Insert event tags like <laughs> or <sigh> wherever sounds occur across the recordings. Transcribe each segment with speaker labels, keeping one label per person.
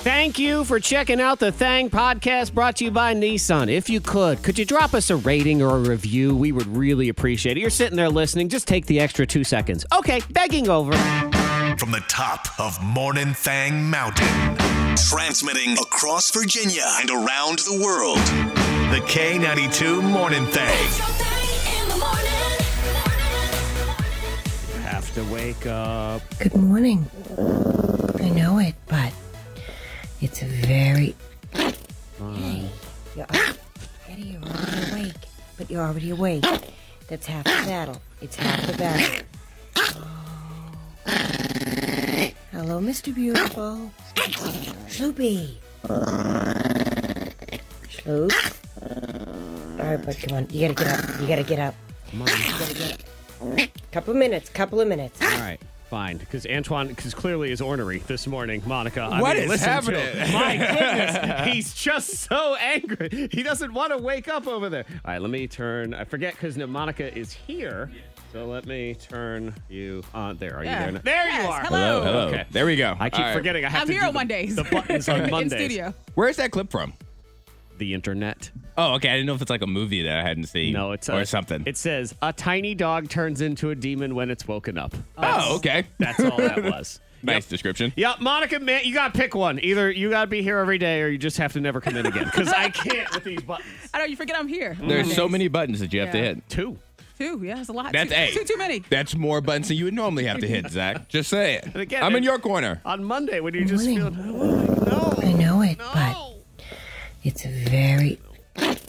Speaker 1: Thank you for checking out the Thang podcast brought to you by Nissan. If you could, could you drop us a rating or a review? We would really appreciate it. You're sitting there listening, just take the extra two seconds. Okay, begging over.
Speaker 2: From the top of Morning Thang Mountain, transmitting across Virginia and around the world. The K92 Morning Thang.
Speaker 1: Have to wake up.
Speaker 3: Good morning. I know it, but it's a very. Hey, you're up. Eddie, you're already awake. But you're already awake. That's half the battle. It's half the battle. Oh. Hello, Mr. Beautiful. Sloopy. Sloop. All right, but come on. You gotta get up. You gotta get up. Couple of minutes. Couple of minutes.
Speaker 1: All right, fine. Because Antoine, because clearly is ornery this morning, Monica.
Speaker 4: What
Speaker 1: I mean,
Speaker 4: is
Speaker 1: listen To him. <laughs>
Speaker 4: happening?
Speaker 1: My goodness, he's just so angry. He doesn't want to wake up over there. All right, let me turn. I forget because Monica is here. So let me turn you on. There, are you there? now? There you
Speaker 5: Yes,
Speaker 1: are.
Speaker 4: Hello,
Speaker 5: hello.
Speaker 4: hello.
Speaker 1: Okay.
Speaker 4: There we go.
Speaker 1: I keep
Speaker 4: All right.
Speaker 1: forgetting I have
Speaker 5: I'm
Speaker 1: to
Speaker 5: here
Speaker 1: do
Speaker 5: on
Speaker 1: the,
Speaker 5: Mondays.
Speaker 1: the
Speaker 5: <laughs>
Speaker 1: buttons on Mondays.
Speaker 5: In studio.
Speaker 4: Where's that clip from?
Speaker 1: The internet.
Speaker 4: Oh, okay. I didn't know if it's like a movie that I hadn't seen.
Speaker 1: No, it's
Speaker 4: or
Speaker 1: a-
Speaker 4: something.
Speaker 1: It says a tiny dog turns into a demon when it's woken up.
Speaker 4: oh, okay.
Speaker 1: That's all that was.
Speaker 4: <laughs> nice description.
Speaker 1: Yeah, Monica, man, you gotta pick one. Either you gotta be here every day, or you just have to never come in again. Because I can't with these buttons.
Speaker 5: I know you forget I'm here.
Speaker 4: There's so many buttons that you have to
Speaker 5: Yeah.
Speaker 4: hit.
Speaker 1: Two.
Speaker 5: Two, yeah, it's a lot.
Speaker 4: That's
Speaker 5: too,
Speaker 4: eight.
Speaker 5: Too, too many.
Speaker 4: That's more buttons than you would normally have to hit,
Speaker 1: <laughs>
Speaker 4: Zach. Just saying.
Speaker 1: And again,
Speaker 4: I'm in
Speaker 1: it-
Speaker 4: your corner.
Speaker 1: On Monday, when you just feel
Speaker 3: Morning.
Speaker 1: no,
Speaker 3: I know it, but
Speaker 1: no,
Speaker 3: it's a very.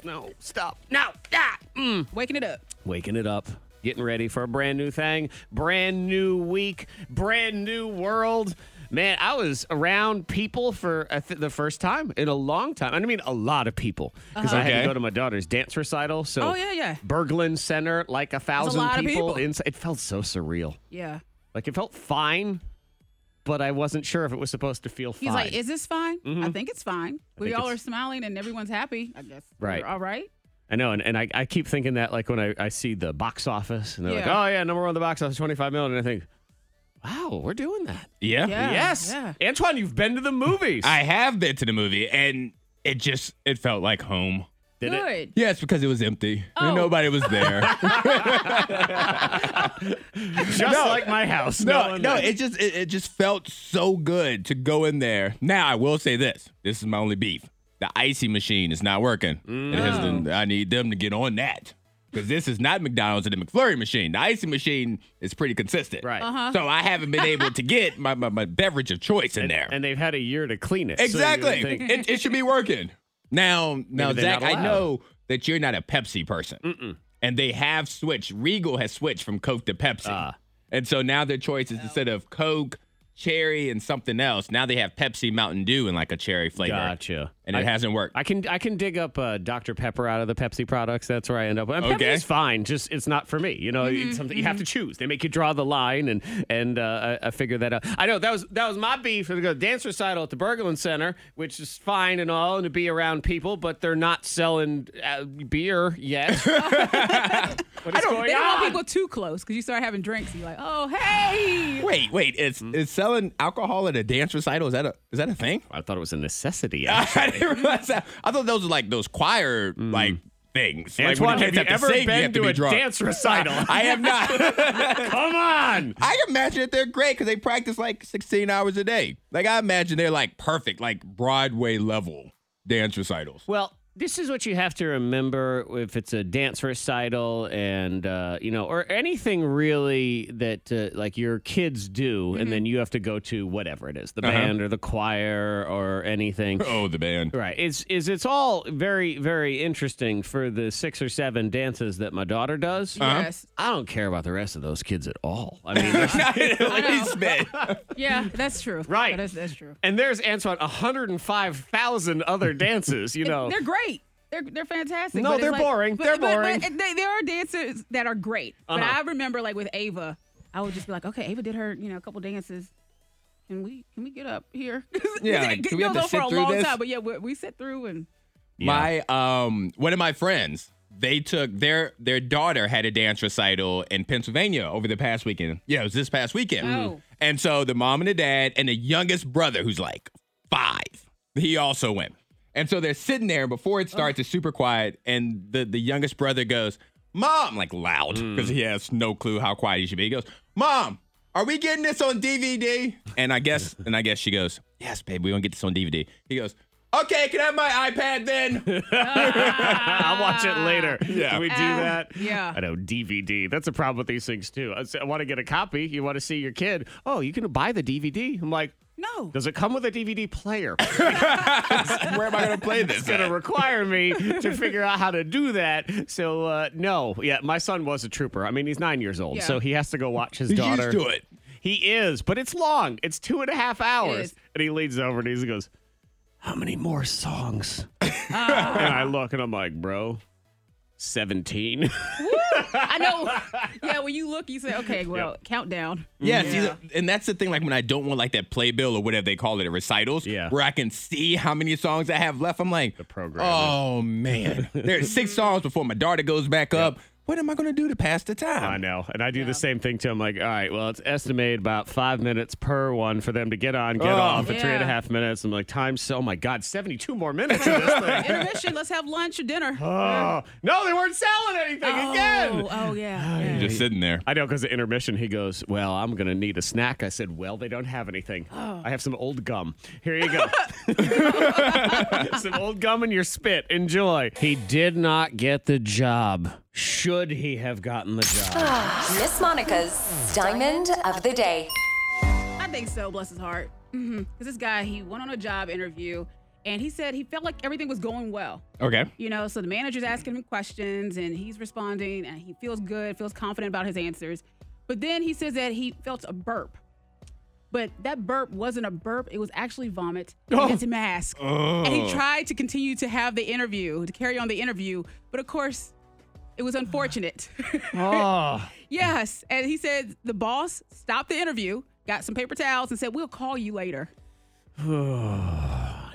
Speaker 1: no, stop, no, ah, mm.
Speaker 5: Waking it up.
Speaker 1: waking it up, getting ready for a brand new thing, brand new week, brand new world. Man, I was around people for a th- the first time in a long time. I mean, a lot of people because I had
Speaker 4: Okay.
Speaker 1: to go to my daughter's dance recital. So,
Speaker 5: Oh, yeah, yeah.
Speaker 1: Berglund Center, like a thousand
Speaker 5: lot of
Speaker 1: people.
Speaker 5: people.
Speaker 1: ins- it felt so surreal.
Speaker 5: Yeah.
Speaker 1: Like it felt fine, but I wasn't sure if it was supposed to feel
Speaker 5: He's
Speaker 1: fine.
Speaker 5: like, "Is this fine? I think it's fine. we
Speaker 1: Mm-hmm. think
Speaker 5: all are
Speaker 1: it's-
Speaker 5: smiling and everyone's happy. I guess. we're
Speaker 1: Right.
Speaker 5: All right.
Speaker 1: I know, and, and I, I keep thinking that like when I, I see the box office and they're
Speaker 5: Yeah.
Speaker 1: like, oh yeah, number one in the box office, twenty five million, and I think, wow, we're doing that.
Speaker 4: Yeah.
Speaker 5: Yeah.
Speaker 1: yes,
Speaker 5: yeah.
Speaker 1: Antoine, you've been to the movies.
Speaker 4: I have been to the movie, and it just it felt like home.
Speaker 1: did it.
Speaker 5: Good.
Speaker 4: Yeah, it's because it was empty.
Speaker 5: Oh.
Speaker 4: Nobody was
Speaker 1: <laughs>
Speaker 4: there.
Speaker 1: just like my house.
Speaker 4: No,
Speaker 1: one
Speaker 4: no,
Speaker 1: there.
Speaker 4: it just it, it just felt so good to go in there. Now I will say this: this is my only beef. The icy machine is not working. It has
Speaker 1: Mm.
Speaker 4: been- I need them to get on that because this is not McDonald's and the McFlurry machine. The icy machine is pretty consistent,
Speaker 1: Right.
Speaker 4: So I haven't been able to get my, my, my beverage of choice in there.
Speaker 1: and they've had a year to clean it. so you would
Speaker 4: exactly,
Speaker 1: think-
Speaker 4: it, it should be working. Now, now
Speaker 1: they're
Speaker 4: Zach,
Speaker 1: not
Speaker 4: I
Speaker 1: allowed.
Speaker 4: know that you're not a Pepsi person, and they have switched. Regal has switched from Coke to Pepsi.
Speaker 1: Ah.
Speaker 4: And so now their choice is instead of Coke, cherry, and something else, now they have Pepsi Mountain Dew and like a cherry flavor.
Speaker 1: Gotcha.
Speaker 4: And it
Speaker 1: I-
Speaker 4: hasn't worked.
Speaker 1: I can I can dig up uh, Dr Pepper out of the Pepsi products. That's where I end up. And
Speaker 4: Okay.
Speaker 1: Pepsi's fine. Just it's not for me. You know, it's something you have to choose. They make you draw the line, and and uh, I, I figure that out. I know that was that was my beef. I go dance recital at the Berglund Center, which is fine and all, and to be around people, but they're not selling uh, beer yet. <laughs> what is
Speaker 5: They
Speaker 1: going
Speaker 5: don't want
Speaker 1: on?
Speaker 5: people too close because you start having drinks. And you're like, oh, hey.
Speaker 1: Uh-huh.
Speaker 4: wait, wait, it's
Speaker 1: Mm-hmm.
Speaker 4: it's selling alcohol at a dance recital. Is that a is that a thing? <laughs>
Speaker 1: I thought it was a necessity.
Speaker 4: I didn't realize that. I thought those were like those choir like things. Like, when
Speaker 1: Antoine, Mm. have
Speaker 4: the kids
Speaker 1: you
Speaker 4: to
Speaker 1: ever
Speaker 4: sing, you
Speaker 1: been
Speaker 4: have
Speaker 1: to,
Speaker 4: be
Speaker 1: a
Speaker 4: drunk.
Speaker 1: dance recital? <laughs>
Speaker 4: I have not.
Speaker 1: Come on.
Speaker 4: I imagine that they're great because they practice like 16 hours a day. Like I imagine they're like perfect, like Broadway level dance recitals.
Speaker 1: Well, this is what you have to remember if it's a dance recital and, uh, you know, or anything really that uh, like your kids do, and then you have to go to whatever it is the
Speaker 4: Uh-huh.
Speaker 1: band or the choir or anything.
Speaker 4: Oh, the band.
Speaker 1: Right. It's is it's all very very interesting for the 6 or 7 dances that my daughter does.
Speaker 5: Yes.
Speaker 1: I don't care about the rest of those kids at all. <laughs> I mean,
Speaker 4: Not in <laughs> the
Speaker 1: <laughs>
Speaker 5: know.
Speaker 4: least bit.
Speaker 5: Yeah, that's true.
Speaker 1: Right.
Speaker 5: That is, that's true.
Speaker 1: and there's Antoine 105,000
Speaker 4: <laughs>
Speaker 1: other dances, you know.
Speaker 5: They're great. They're, they're fantastic.
Speaker 1: No,
Speaker 5: but it's
Speaker 1: they're
Speaker 5: like-
Speaker 1: boring.
Speaker 5: but-
Speaker 1: They're
Speaker 5: but-
Speaker 1: boring.
Speaker 5: But, they, there are dancers that are great. But
Speaker 1: Uh-huh.
Speaker 5: I remember, like with Ava, I would just be like, okay, Ava did her, you know, a couple dances. Can we can we get up here? <laughs>
Speaker 4: Yeah, like, do we have to
Speaker 5: for
Speaker 4: sit
Speaker 5: a
Speaker 4: through
Speaker 5: long
Speaker 4: this?
Speaker 5: time, but yeah, we, we sit through and
Speaker 4: My um one of my friends, they took their their daughter had a dance recital in Pennsylvania over the past weekend. Yeah, it was this past weekend.
Speaker 5: Oh.
Speaker 4: And so the mom and the dad and the youngest brother who's like 5 He also went. And so they're sitting there before it starts, it's super quiet. And the, the youngest brother goes, Mom, like loud, because he has no clue how quiet he should be. He goes, Mom, are we getting this on DVD? And I guess, and I guess she goes, Yes, babe, we're gonna get this on DVD. He goes, Okay, can I have my iPad then?
Speaker 1: <laughs> I'll watch it later.
Speaker 4: Yeah. Um,
Speaker 1: Can we do
Speaker 5: Uh,
Speaker 1: that?
Speaker 5: yeah.
Speaker 1: I know, DVD. That's a problem with these things, too. I, say, I want to get a copy. You want to see your kid. Oh, you can buy the DVD. I'm like, <laughs>
Speaker 5: No.
Speaker 1: does it come with a DVD
Speaker 4: <laughs>
Speaker 1: player? <laughs>
Speaker 4: Where am I gonna play this?
Speaker 1: It's going to require
Speaker 4: <laughs>
Speaker 1: me to figure out how to do that. So, uh, no. Yeah, my son was a trooper. I mean, he's nine years old,
Speaker 5: Yeah.
Speaker 1: so he has to go watch his
Speaker 4: He's
Speaker 1: daughter.
Speaker 4: used to it.
Speaker 1: He is, but it's long. It's two and a half hours.
Speaker 5: is.
Speaker 1: And he leans over and he goes, How many more songs?
Speaker 5: Ah.
Speaker 1: and I look and I'm like, Bro, 17.
Speaker 5: I know. Yeah, when you look, you say, okay, well, countdown.
Speaker 4: Yeah, see, the- and that's the thing. Like when I don't want like that playbill or whatever they call it, at recitals.
Speaker 1: Yeah.
Speaker 4: where I can see how many songs I have left. I'm like, the
Speaker 1: program.
Speaker 4: Oh <laughs> man, there's six songs before my daughter goes back up. What am I gonna do to pass the
Speaker 1: <laughs>
Speaker 4: time?
Speaker 1: I know. And I do the same thing too. I'm like, all right, well, it's estimated about five minutes per one for them to get on, get
Speaker 4: Oh.
Speaker 1: off at three and a
Speaker 5: Yeah.
Speaker 1: half minutes. I'm like, time's so, oh my God, 72 more minutes of
Speaker 5: <laughs>
Speaker 1: this thing.
Speaker 5: Intermission, let's have lunch or dinner.
Speaker 1: Oh, no, they weren't selling anything
Speaker 5: Oh,
Speaker 1: again.
Speaker 5: oh, yeah. yeah.
Speaker 4: Just sitting there.
Speaker 1: I know because the intermission, he goes, Well, I'm going to need a snack. I said, Well, they don't have anything. I have some old gum. Here you go. some old gum in your spit. Enjoy. He did not get the job. Should he have gotten the job?
Speaker 6: Miss Monica's Diamond of the Day.
Speaker 5: I think so, bless his heart. Mm-hmm. This guy, he went on a job interview and he said he felt like everything was going well.
Speaker 4: Okay.
Speaker 5: You know, so the manager's asking him questions and he's responding and he feels good, feels confident about his answers. But then he says that he felt a burp. But that burp wasn't a burp, it was actually vomit. And it's a mask. And he tried to continue to have the interview, to carry on the interview. But of course, it was unfortunate. <laughs> Ah.
Speaker 1: oh,
Speaker 5: yes. And he said the boss stopped the interview, got some paper towels, and said, We'll call you later.
Speaker 1: <sighs>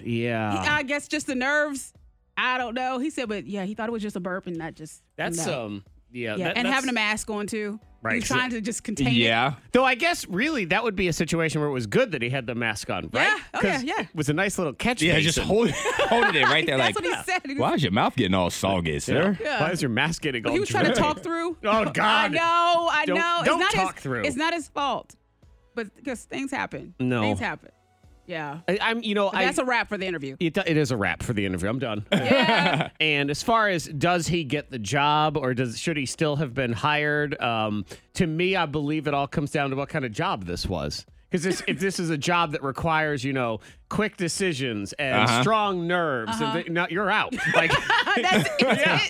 Speaker 1: yeah.
Speaker 5: I guess just the nerves. I don't know. He said, but yeah, he thought it was just a burp and not just.
Speaker 1: that's,
Speaker 5: no.
Speaker 1: um, yeah.
Speaker 5: Yeah,
Speaker 1: that-
Speaker 5: and
Speaker 1: that's-
Speaker 5: having a mask on too.
Speaker 1: Right,
Speaker 5: He's
Speaker 1: so-
Speaker 5: trying to just contain it.
Speaker 4: Yeah.
Speaker 1: Though I guess really that would be a situation where it was good that he had the mask on, right?
Speaker 5: Yeah. Oh, yeah,
Speaker 1: 'Cause
Speaker 5: yeah.
Speaker 1: It was a nice little catch.
Speaker 4: Yeah. Just
Speaker 1: basin.
Speaker 4: <laughs> hold, holding it right there.
Speaker 5: <laughs> That's
Speaker 4: like,
Speaker 5: what he said. He was-
Speaker 4: why is your mouth getting all soggy, sir?
Speaker 5: Yeah.
Speaker 1: Why is your mask getting all
Speaker 5: He was trying to
Speaker 1: drippy?
Speaker 5: talk through.
Speaker 1: <laughs> Oh, God.
Speaker 5: I know. I
Speaker 1: Don't-
Speaker 5: know.
Speaker 1: don't
Speaker 5: it's not
Speaker 1: talk
Speaker 5: his,
Speaker 1: through.
Speaker 5: It's not his fault, but because things happen.
Speaker 1: No.
Speaker 5: things happen. Yeah,
Speaker 1: I, I'm, you know,
Speaker 5: But
Speaker 1: I,
Speaker 5: that's a wrap for the interview.
Speaker 1: it, it is a wrap for the interview. I'm done.
Speaker 5: Yeah.
Speaker 1: <laughs> and as far as does he get the job or does should he still have been hired? Um, to me, I believe it all comes down to what kind of job this was. Because if this is a job that requires, you know, quick decisions and
Speaker 4: Uh-huh.
Speaker 1: strong nerves,
Speaker 5: Uh-huh.
Speaker 1: and th- no, you're
Speaker 5: <laughs>
Speaker 1: out. Like,
Speaker 5: that's
Speaker 1: <laughs>
Speaker 5: it.
Speaker 1: <laughs> Yeah.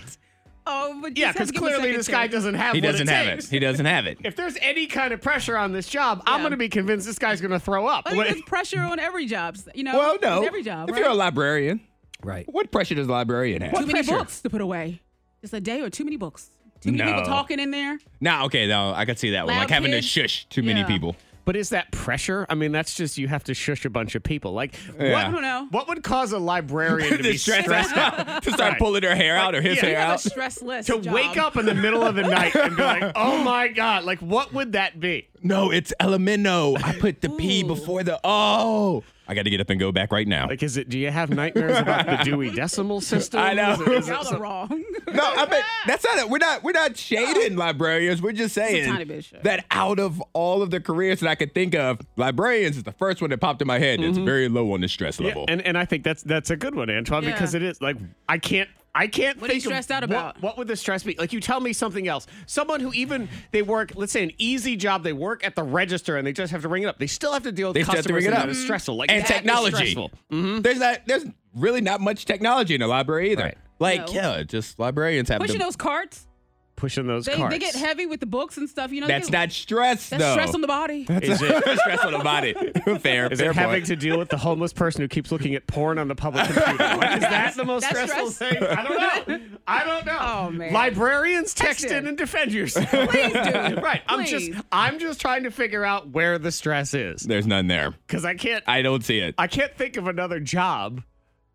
Speaker 5: Oh, but
Speaker 1: yeah,
Speaker 5: just have
Speaker 1: because
Speaker 5: to give him a
Speaker 1: clearly this guy
Speaker 5: secretary.
Speaker 1: doesn't have.
Speaker 4: He
Speaker 1: what
Speaker 4: doesn't
Speaker 1: it
Speaker 4: have it.
Speaker 1: takes.
Speaker 4: He doesn't have
Speaker 5: <laughs>
Speaker 4: it.
Speaker 1: If there's any kind of pressure on this job, I'm
Speaker 5: Yeah.
Speaker 1: going to be convinced this guy's going to throw up.
Speaker 5: I think there's pressure on every job. You know,
Speaker 4: Well, no.
Speaker 5: It's every job.
Speaker 4: If
Speaker 5: right?
Speaker 4: you're a librarian,
Speaker 1: right.
Speaker 4: what pressure does a librarian have?
Speaker 5: too many
Speaker 1: pressure?
Speaker 5: books to put away. Just a day or too many books. Too
Speaker 4: No.
Speaker 5: many people talking in there.
Speaker 4: Nah. Okay. No, I could see that one.
Speaker 5: Loud
Speaker 4: Like having
Speaker 5: kids.
Speaker 4: to shush too many
Speaker 5: Yeah.
Speaker 4: people.
Speaker 1: But is that pressure? I mean, that's just you have to shush a bunch of people. Like, what,
Speaker 4: Yeah.
Speaker 5: I don't know.
Speaker 1: what would cause a
Speaker 4: <laughs>
Speaker 1: librarian to be
Speaker 4: Stressed
Speaker 1: stressed
Speaker 4: <laughs> out. to start
Speaker 1: Right.
Speaker 4: pulling her hair out or his
Speaker 1: yeah.
Speaker 4: hair
Speaker 1: You have
Speaker 5: A
Speaker 4: out.
Speaker 5: stressless
Speaker 1: to
Speaker 5: job.
Speaker 1: wake up in the middle of the night and be
Speaker 4: <laughs>
Speaker 1: like, "Oh my god!" Like, what would that be?
Speaker 4: No, it's Elemento. I put the P
Speaker 5: Ooh.
Speaker 4: before the O. I got to get up and go back right now.
Speaker 1: Like, is it? Do you have nightmares about the Dewey Decimal System?
Speaker 4: <laughs> I know.
Speaker 1: Is it- is it
Speaker 5: Y'all
Speaker 1: some- <laughs>
Speaker 5: are wrong.
Speaker 4: no, I mean that's not it. We're not we're not shading librarians. We're just saying
Speaker 5: tiny bit, sure.
Speaker 4: that out of all of the careers that I could think of, librarians is the first one that popped in my head. It's very low on the stress
Speaker 1: Mm-hmm. Yeah,
Speaker 4: level.
Speaker 1: and and I think that's that's a good one, Antoine,
Speaker 5: Yeah.
Speaker 1: because it is like I can't. I can't
Speaker 5: What are you
Speaker 1: think of
Speaker 5: stressed out
Speaker 1: what-
Speaker 5: about?
Speaker 1: What, would the stress be? Like you tell me something else. Someone who even they work, let's say an easy job, they work at the register and they just have to ring it up. They still have to deal with
Speaker 4: They still have to
Speaker 1: customers
Speaker 4: ring it
Speaker 1: and
Speaker 4: up.
Speaker 1: that is stressful. Like
Speaker 4: and
Speaker 1: that is
Speaker 4: technology.
Speaker 1: stressful. Mm-hmm.
Speaker 4: There's not there's really not much technology in a library either.
Speaker 1: Right.
Speaker 4: Like
Speaker 5: No.
Speaker 4: yeah, just librarians have.
Speaker 5: Pushing
Speaker 4: to-
Speaker 5: those carts.
Speaker 1: Pushing those
Speaker 5: They,
Speaker 1: carts.
Speaker 5: they get heavy with the books and stuff. You know, they
Speaker 4: that's
Speaker 5: get-
Speaker 4: not stress
Speaker 5: that's
Speaker 4: though.
Speaker 5: stress on the body.
Speaker 1: Is it? <laughs>
Speaker 4: stress on the body. fair.
Speaker 1: Is
Speaker 4: fair
Speaker 1: it having
Speaker 4: point.
Speaker 1: to deal with the homeless person who keeps looking at porn on the public computer? Like, is that the most
Speaker 5: That's
Speaker 1: stressful
Speaker 5: stress.
Speaker 1: thing? I don't know. I don't know.
Speaker 5: <laughs> Oh, man.
Speaker 1: Librarians, text
Speaker 5: Text
Speaker 1: in
Speaker 5: in.
Speaker 1: and defend yourself.
Speaker 5: Please do.
Speaker 1: right. I'm just.
Speaker 5: Please.
Speaker 1: I'm just trying to figure out where the stress is
Speaker 4: There's none there.
Speaker 1: because I can't. I,
Speaker 4: I don't see it. I,
Speaker 1: can't think of another job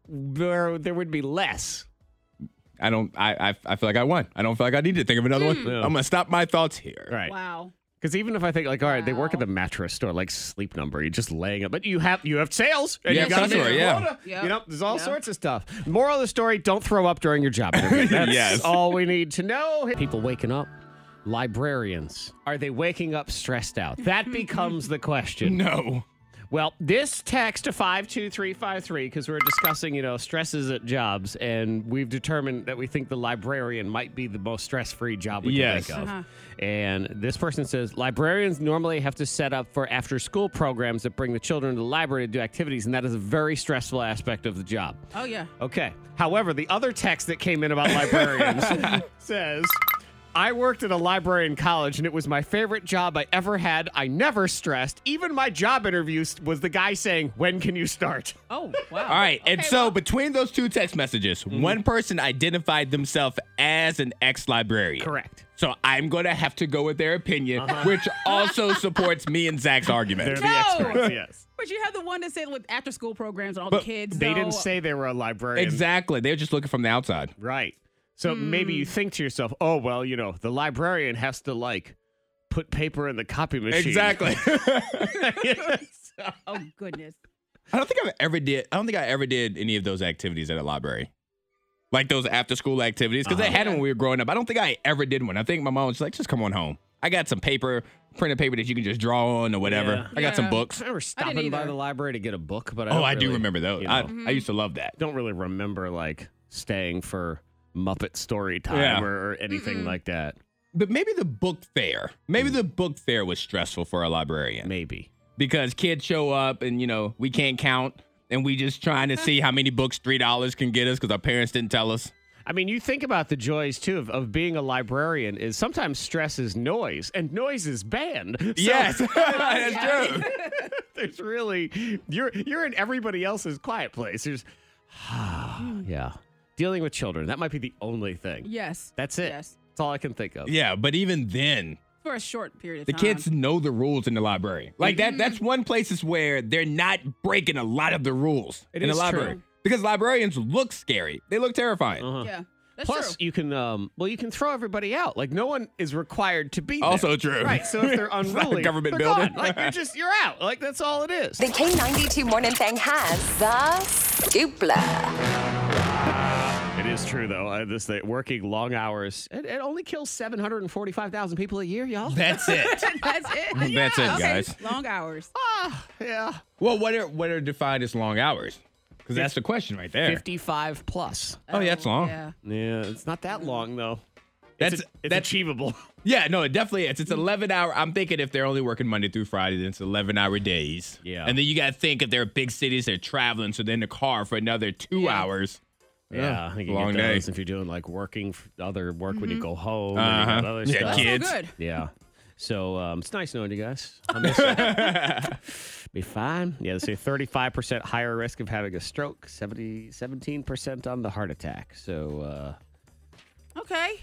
Speaker 1: where there would be less.
Speaker 4: don't. I, I. I feel like I won. I don't feel like I need to think of another one. I'm gonna stop my thoughts here.
Speaker 1: <laughs> Hmm. Right.
Speaker 5: Wow.
Speaker 1: Because even if I think like, all right, they work at the mattress store, like Sleep Number, you're just laying up, but you have you have sales, and
Speaker 4: Yeah,
Speaker 1: you got
Speaker 4: customer, yeah.
Speaker 5: Yeah.
Speaker 1: You know, there's all
Speaker 5: Yeah.
Speaker 1: sorts of stuff. Moral of the story: Don't throw up during your job.
Speaker 4: <laughs>
Speaker 1: interview. That's
Speaker 4: Yes.
Speaker 1: all we need to know. People waking up. Librarians, are they waking up stressed out? That becomes the question.
Speaker 4: No.
Speaker 1: Well, this text to 52353, because we're discussing, you know, stresses at jobs, and we've determined that we think the librarian might be the most stress free job we
Speaker 4: Yes.
Speaker 1: can think of. And this person says librarians normally have to set up for after school programs that bring the children to the library to do activities, and that is a very stressful aspect of the job.
Speaker 5: Oh yeah.
Speaker 1: Okay. However, the other text that came in about
Speaker 4: <laughs>
Speaker 1: librarians says, I worked at a library in college and it was my favorite job I ever had. I never stressed. Even my job interviews was the guy saying, When can you start?
Speaker 5: Oh wow.
Speaker 4: All right. and
Speaker 5: Okay,
Speaker 4: so
Speaker 5: well,
Speaker 4: between those two text messages,
Speaker 1: Mm-hmm.
Speaker 4: one person identified themselves as an ex librarian.
Speaker 1: Correct. Uh-huh.
Speaker 4: So I'm going to have to go with their opinion, which also supports me and Zach's
Speaker 1: They're
Speaker 4: argument.
Speaker 1: the
Speaker 4: <laughs>
Speaker 1: experts, yes.
Speaker 5: but you have the one that said with after school programs and all
Speaker 4: But
Speaker 5: the kids.
Speaker 1: They
Speaker 5: so-
Speaker 1: didn't say they were a librarian.
Speaker 4: Exactly. They're just looking from the outside.
Speaker 1: Right. So maybe
Speaker 4: Hmm.
Speaker 1: you think to yourself, oh, well, you know, the librarian has to like put paper in the copy machine. <laughs>
Speaker 4: Exactly.
Speaker 5: Oh goodness.
Speaker 4: I don't think I've ever did. I don't think I ever did any of those activities at a library, like those after school activities, because they had them when we were growing up. I don't think I ever did one. I think my mom was like, "Just come on home. I got some paper, printed paper that you can just draw on or whatever.
Speaker 1: Yeah.
Speaker 4: I got some
Speaker 1: I
Speaker 5: Yeah.
Speaker 4: books."
Speaker 1: remember stopping by
Speaker 5: either.
Speaker 1: the library to get a book, but I
Speaker 4: oh,
Speaker 1: don't
Speaker 4: I do
Speaker 1: really-
Speaker 4: remember those.
Speaker 1: you
Speaker 4: I,
Speaker 1: know.
Speaker 4: I used to love that.
Speaker 1: don't really remember like staying for Muppet story time
Speaker 4: Yeah.
Speaker 1: or, or anything like that.
Speaker 4: But maybe the book fair. Maybe the book fair was stressful for a librarian
Speaker 1: Maybe.
Speaker 4: because kids show up and you know we can't count and we just trying to see how many books three dollars can get us because our parents didn't tell us.
Speaker 1: I mean, you think about the joys too of, of being a librarian is sometimes stress is noise and noise is banned. <laughs> So
Speaker 4: <laughs> yes, that's true.
Speaker 1: there's really you're you're in everybody else's quiet place. There's <sighs> yeah. Dealing with children. That might be the only thing.
Speaker 5: Yes.
Speaker 1: That's it.
Speaker 5: Yes.
Speaker 1: That's all I can think of.
Speaker 4: Yeah, but even then,
Speaker 5: For a short period of
Speaker 4: The
Speaker 5: time.
Speaker 4: kids know the rules in the library. Like
Speaker 1: Mm-hmm.
Speaker 4: that that's one places where they're not breaking a lot of the rules
Speaker 1: It
Speaker 4: in the
Speaker 1: is
Speaker 4: library.
Speaker 1: true.
Speaker 4: Because librarians look scary. They look terrifying.
Speaker 1: Uh-huh.
Speaker 5: Yeah. That's
Speaker 1: Plus,
Speaker 5: true.
Speaker 1: you can um well, you can throw everybody out. Like no one is required to be there.
Speaker 4: Also true.
Speaker 1: Right. So if they're
Speaker 4: <laughs> It's not a
Speaker 1: unruly,
Speaker 4: government
Speaker 1: they're
Speaker 4: building.
Speaker 1: gone. like you're just you're out. Like that's all it is.
Speaker 6: The K92 Morning Thing has the dupla.
Speaker 1: <laughs> It is true though. Uh, this thing, working long hours, it, it only kills seven hundred and forty-five thousand people a year, y'all. <laughs>
Speaker 4: That's it.
Speaker 5: <laughs> That's it.
Speaker 4: That's it,
Speaker 5: Yeah, okay.
Speaker 4: guys.
Speaker 5: Long hours.
Speaker 1: ah, yeah,
Speaker 4: well, what are what are defined as long hours? Because that's the question right there.
Speaker 1: fifty-five plus.
Speaker 4: Oh, yeah, it's long.
Speaker 5: Yeah.
Speaker 1: Yeah, it's not that long though.
Speaker 4: That's
Speaker 1: it's, Mm-hmm. it's
Speaker 4: that's
Speaker 1: achievable.
Speaker 4: yeah, no, it definitely is. It's eleven hour. I'm thinking if they're only working Monday through Friday, then it's eleven hour days.
Speaker 1: Yeah.
Speaker 4: And then you gotta think if they're big cities, they're traveling, so they're in the car for another two
Speaker 5: Yeah.
Speaker 4: hours.
Speaker 1: <laughs> Yeah, I think you
Speaker 4: Long
Speaker 1: get
Speaker 4: day.
Speaker 1: those if you're doing like working f- other work when you go home. And
Speaker 4: Uh-huh.
Speaker 1: you got other
Speaker 4: Yeah,
Speaker 1: stuff.
Speaker 5: That's
Speaker 4: Kids.
Speaker 5: So good.
Speaker 1: Yeah. So um, it's nice knowing you guys. I miss you.
Speaker 5: <laughs>
Speaker 1: Be fine. Yeah, they say 35% higher risk of having a stroke, 70, 17% on the heart attack. So, uh,
Speaker 5: Okay.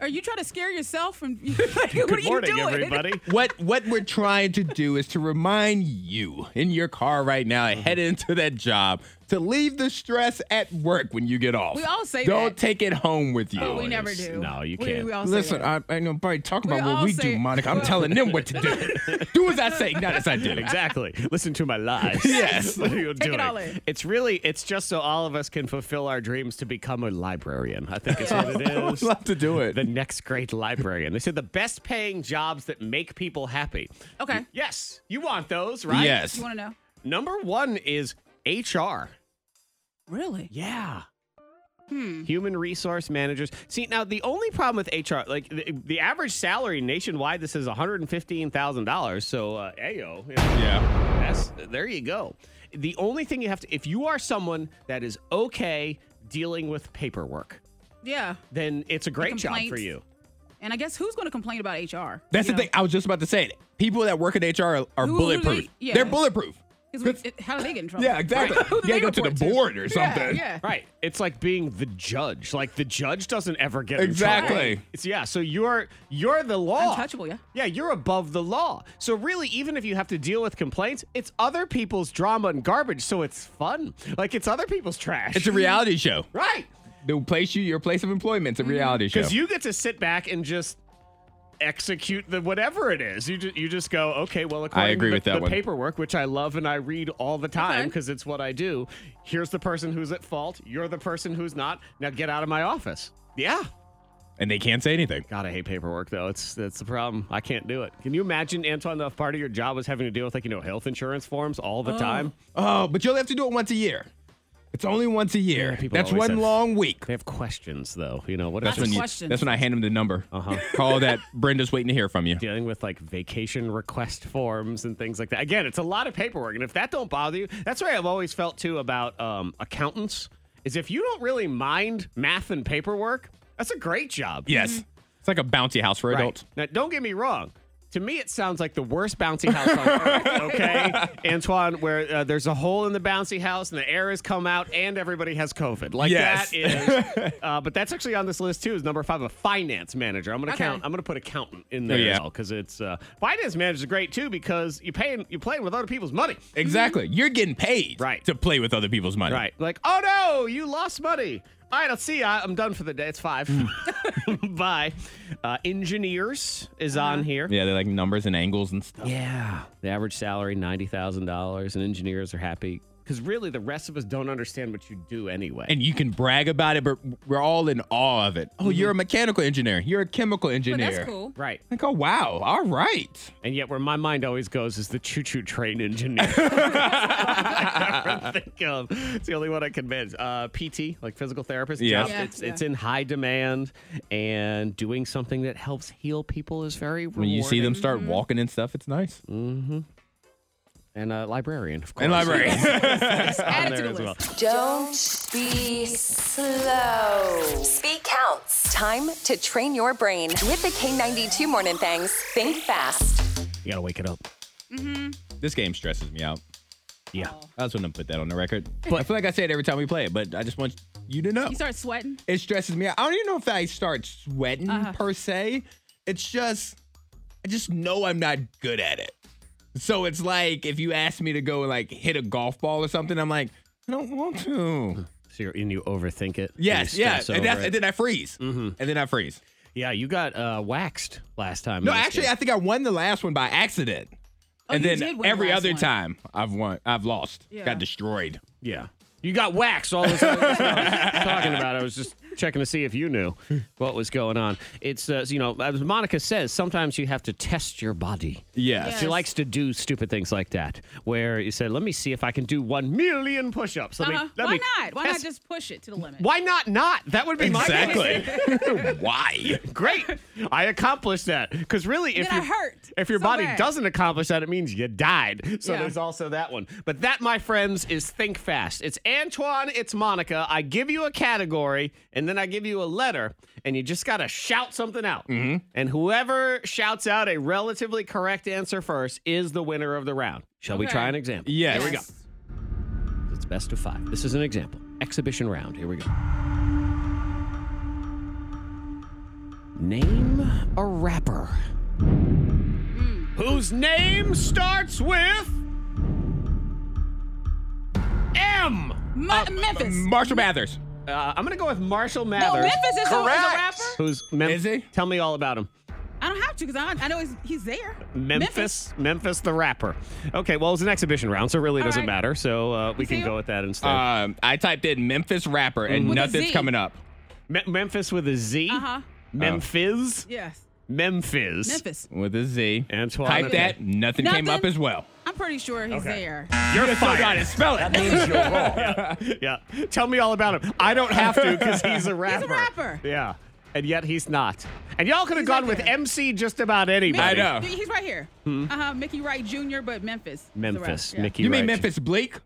Speaker 5: Are you trying to scare yourself from? <laughs> like, what are
Speaker 1: good
Speaker 5: you
Speaker 1: morning,
Speaker 5: doing? <laughs>
Speaker 1: everybody.
Speaker 4: What what we're trying to do is to remind you in your car right now, head into that job, to leave the stress at work when you get off.
Speaker 5: We all say
Speaker 4: Don't
Speaker 5: that.
Speaker 4: take it home with you.
Speaker 5: But we never
Speaker 1: it's-
Speaker 5: do.
Speaker 1: no, you
Speaker 5: We-
Speaker 1: can't.
Speaker 5: We, all say
Speaker 4: Listen,
Speaker 5: that.
Speaker 4: I, I know, buddy, talk about
Speaker 5: We
Speaker 4: what
Speaker 5: all
Speaker 4: we
Speaker 5: say-
Speaker 4: do, Monica. I'm telling them what to
Speaker 5: <laughs>
Speaker 4: do. do as I say, not as I do. <laughs>
Speaker 1: Exactly. Listen to my lies. <laughs>
Speaker 4: Yes.
Speaker 1: What are you
Speaker 5: Take it
Speaker 1: doing?
Speaker 5: all in.
Speaker 1: It's really, it's just so all of us can fulfill our dreams to become a librarian. I think is what
Speaker 5: <laughs>
Speaker 1: it
Speaker 4: I would
Speaker 1: is.
Speaker 4: love to do it.
Speaker 1: The next great librarian. They said the best paying jobs that make people happy.
Speaker 5: Okay.
Speaker 1: Yes, you want those, right?
Speaker 4: Yes.
Speaker 5: You want to know?
Speaker 1: Number one is HR.
Speaker 5: Really?
Speaker 1: Yeah. Human resource managers. See, now the only problem with HR, like the, the average salary nationwide, this is $115,000. So, uh, ayo. you know,
Speaker 4: Yeah.
Speaker 1: that's, there you go. The only thing you have to, if you are someone that is okay dealing with paperwork,
Speaker 5: Yeah.
Speaker 1: then it's a great job for
Speaker 5: complaints.
Speaker 1: you.
Speaker 5: And I guess who's going to complain about HR?
Speaker 4: That's
Speaker 5: You
Speaker 4: the
Speaker 5: know?
Speaker 4: thing. I was just about to say it. People that work at HR are, are
Speaker 5: Who- who do they-
Speaker 4: bulletproof.
Speaker 5: yeah.
Speaker 4: They're bulletproof.
Speaker 5: 'Cause we- it- how do they get in trouble?
Speaker 4: Yeah, exactly.
Speaker 5: Right. Who do
Speaker 4: You
Speaker 5: they
Speaker 4: gotta go to
Speaker 5: report
Speaker 4: the board or
Speaker 5: Yeah,
Speaker 4: something.
Speaker 5: <laughs> Yeah.
Speaker 1: Right. It's like being the judge. Like the judge doesn't ever get in
Speaker 4: Exactly.
Speaker 1: trouble. It's yeah, so you're you're the law.
Speaker 5: Untouchable, yeah.
Speaker 1: Yeah, you're above the law. So really even if you have to deal with complaints, it's other people's drama and garbage, so it's fun. Like it's other people's trash.
Speaker 4: It's a reality show.
Speaker 1: Right.
Speaker 5: Mm-hmm.
Speaker 4: They'll place you, your place of employment, it's a reality show.
Speaker 1: Cuz you get to sit back and just execute the whatever it is. You just you just go, okay, well, according
Speaker 4: agree
Speaker 1: to the,
Speaker 4: with that
Speaker 1: the
Speaker 4: one.
Speaker 1: paperwork, which I love and I read all the time
Speaker 5: Okay.
Speaker 1: because it's what I do. Here's the person who's at fault. You're the person who's not. Now get out of my office. Yeah.
Speaker 4: and they can't say anything.
Speaker 1: God, I hate paperwork though. It's that's the problem. I can't do it. Can you imagine, Antoine? The part of your job was having to deal with like you know health insurance forms all the time.
Speaker 4: Oh, but you'll have to do it once a year. It's only once a year.
Speaker 1: people
Speaker 4: that's
Speaker 1: always
Speaker 4: one
Speaker 1: have-
Speaker 4: long week.
Speaker 1: They have questions though. You know what
Speaker 4: That's
Speaker 1: if
Speaker 4: when
Speaker 1: it's
Speaker 4: you.
Speaker 5: questions.
Speaker 4: That's when I hand him the number. Uh-huh. <laughs> Call that. Brenda's waiting to hear from you.
Speaker 1: dealing with like vacation request <laughs> forms and things like that. Again, it's a lot of paperwork, and if that don't bother you, that's why I've always felt too about um, accountants. Is if you don't really mind math and paperwork, that's a great job.
Speaker 4: <laughs> Yes. Mm-hmm. It's like a bouncy house for adults.
Speaker 1: Now, don't get me wrong. To me, it sounds like the worst bouncy house on <laughs> earth. Okay, Antoine, where uh, there's a hole in the bouncy house and the air has come out and everybody has COVID. Like
Speaker 4: Yes.
Speaker 1: that <laughs> is. Uh, but that's actually on this list too. Is number five a finance manager? I'm gonna
Speaker 5: Okay.
Speaker 1: count. I'm gonna put accountant in there
Speaker 4: yeah.
Speaker 1: as well because it's uh, finance manager is great too because you paying you playing with other people's money.
Speaker 4: Exactly. You're getting paid
Speaker 1: Right.
Speaker 4: to play with other people's money.
Speaker 1: Right. Like, oh no, you lost money. All right, I'll see you. I'm done for the day. It's <laughs> five. Bye. Uh, engineers is on here.
Speaker 4: Yeah, they like numbers and angles and stuff.
Speaker 1: Yeah. The average salary, $90,000, and engineers are happy because really the rest of us don't understand what you do anyway.
Speaker 4: And you can brag about it, but we're all in awe of it. Oh, you're a mechanical engineer. You're a chemical
Speaker 5: But
Speaker 4: engineer.
Speaker 5: that's cool.
Speaker 1: right.
Speaker 4: Like, oh wow, all right.
Speaker 1: And yet, where my mind always goes is the choo choo train
Speaker 4: <laughs>
Speaker 1: engineer. <laughs> I never think of. It's the only one I can manage. Uh, PT, like physical therapist.
Speaker 4: Yeah.
Speaker 1: job,
Speaker 5: Yeah,
Speaker 1: it's, it's in high demand, and doing something that helps heal people is very rewarding.
Speaker 4: When you see them start
Speaker 5: Mm-hmm.
Speaker 4: walking and stuff, it's nice.
Speaker 1: Mm-hmm. And a librarian, of course.
Speaker 4: And library. <laughs>
Speaker 5: Add it to
Speaker 1: there <laughs> as
Speaker 5: the list.
Speaker 1: well.
Speaker 6: Don't be slow. Speed counts. Time to train your brain with the K92 Morning Things. Think fast.
Speaker 1: You got to wake it up.
Speaker 4: this game stresses me out.
Speaker 1: Yeah.
Speaker 5: Oh.
Speaker 4: I just want to put that on the record. But I feel like I say it every time we play it, but I just want you to know.
Speaker 5: You start sweating.
Speaker 4: It stresses me out. I don't even know if I start sweating
Speaker 5: Uh-huh.
Speaker 4: per se. It's just, I just know I'm not good at it. So it's like if you ask me to go and like hit a golf ball or something, I'm like, I don't want <laughs> to.
Speaker 1: So you're and you overthink it. and you
Speaker 4: Yes, yeah.
Speaker 1: stress
Speaker 4: And, that's,
Speaker 1: over it.
Speaker 4: and then I freeze. And then I freeze.
Speaker 1: Yeah, you got uh, waxed last time.
Speaker 4: No,
Speaker 1: in this
Speaker 4: actually,
Speaker 1: game.
Speaker 4: I think I won the last one by accident.
Speaker 5: Oh,
Speaker 4: and
Speaker 5: you
Speaker 4: then
Speaker 5: did win the
Speaker 4: every
Speaker 5: last
Speaker 4: other
Speaker 5: one.
Speaker 4: time I've won, I've lost.
Speaker 5: Yeah.
Speaker 4: Got destroyed.
Speaker 1: yeah, you got waxed. All this other stuff I was talking about. I was just checking to see if you knew what was going on. It's uh, you know, as Monica says, sometimes you have to test your body.
Speaker 4: Yes.
Speaker 1: She
Speaker 5: Yes.
Speaker 1: likes to do stupid things like that, where you say, "Let me see if I can do one million push-ups." Let me-
Speaker 5: Uh-huh.
Speaker 1: let
Speaker 5: Why
Speaker 1: me
Speaker 5: not? Why not
Speaker 1: test-
Speaker 5: just push it to the limit?
Speaker 1: Why not? Not that would be my biggest
Speaker 4: Exactly. <laughs> Why?
Speaker 1: Great. I accomplished that. Because really, if, you,
Speaker 5: then I hurt
Speaker 1: if your
Speaker 5: so
Speaker 1: body
Speaker 5: bad.
Speaker 1: doesn't accomplish that, it means you died. So
Speaker 5: Yeah.
Speaker 1: there's also that one. But that, my friends, is Think Fast. It's Antoine, it's Monica. I give you a category, and then I give you a letter, and you just got to shout something out. And whoever shouts out a relatively correct answer first is the winner of the round. Shall we
Speaker 5: Okay.
Speaker 1: try an example?
Speaker 4: Yes.
Speaker 1: Here we go. It's best of five. This is an example. Exhibition round. Here we go. Name a rapper whose name starts with M.
Speaker 5: Ma-
Speaker 4: Uh,
Speaker 5: Memphis.
Speaker 4: Marshall Mathers.
Speaker 1: Uh, I'm gonna go with Marshall
Speaker 5: No,
Speaker 1: Mathers.
Speaker 5: Memphis is a, is a
Speaker 4: Correct.
Speaker 5: rapper.
Speaker 1: Who's Mem-
Speaker 4: Is he?
Speaker 1: Tell me all about him.
Speaker 5: I don't have to because I, I know he's, he's there.
Speaker 1: Memphis, Memphis, the rapper. Okay, well it's an exhibition round, so it really
Speaker 5: All
Speaker 1: doesn't
Speaker 5: right.
Speaker 1: matter. So uh, we can
Speaker 5: See?
Speaker 1: go with that instead.
Speaker 4: Um, I typed in Memphis rapper and
Speaker 5: With a
Speaker 4: nothing's
Speaker 5: Z.
Speaker 4: coming up.
Speaker 1: Me- Memphis with a Z.
Speaker 5: Uh
Speaker 4: Oh.
Speaker 5: huh.
Speaker 1: Memphis.
Speaker 5: Yes.
Speaker 1: Memphis.
Speaker 5: Memphis.
Speaker 4: With a Z.
Speaker 1: Antoine.
Speaker 4: Type that. Nothing, came
Speaker 5: Nothing?
Speaker 4: up as well.
Speaker 5: I'm pretty sure he's
Speaker 1: Okay.
Speaker 5: there.
Speaker 1: You're fired.
Speaker 4: Got it. Spell it.
Speaker 1: <laughs> Yeah. Tell me all about him. I don't have to because he's
Speaker 5: <laughs>
Speaker 1: a rapper.
Speaker 5: rapper.
Speaker 1: Yeah. And yet he's not. And y'all could have
Speaker 5: He's
Speaker 1: gone
Speaker 5: not
Speaker 1: with
Speaker 5: there.
Speaker 1: MC just about anybody.
Speaker 4: I know.
Speaker 5: He- He's right here. Uh huh. Mickey Wright Jr., but Memphis. is a
Speaker 1: Hmm. Memphis.
Speaker 5: rapper. Yeah.
Speaker 1: Mickey
Speaker 4: You mean
Speaker 1: Wright.
Speaker 4: Memphis Bleak?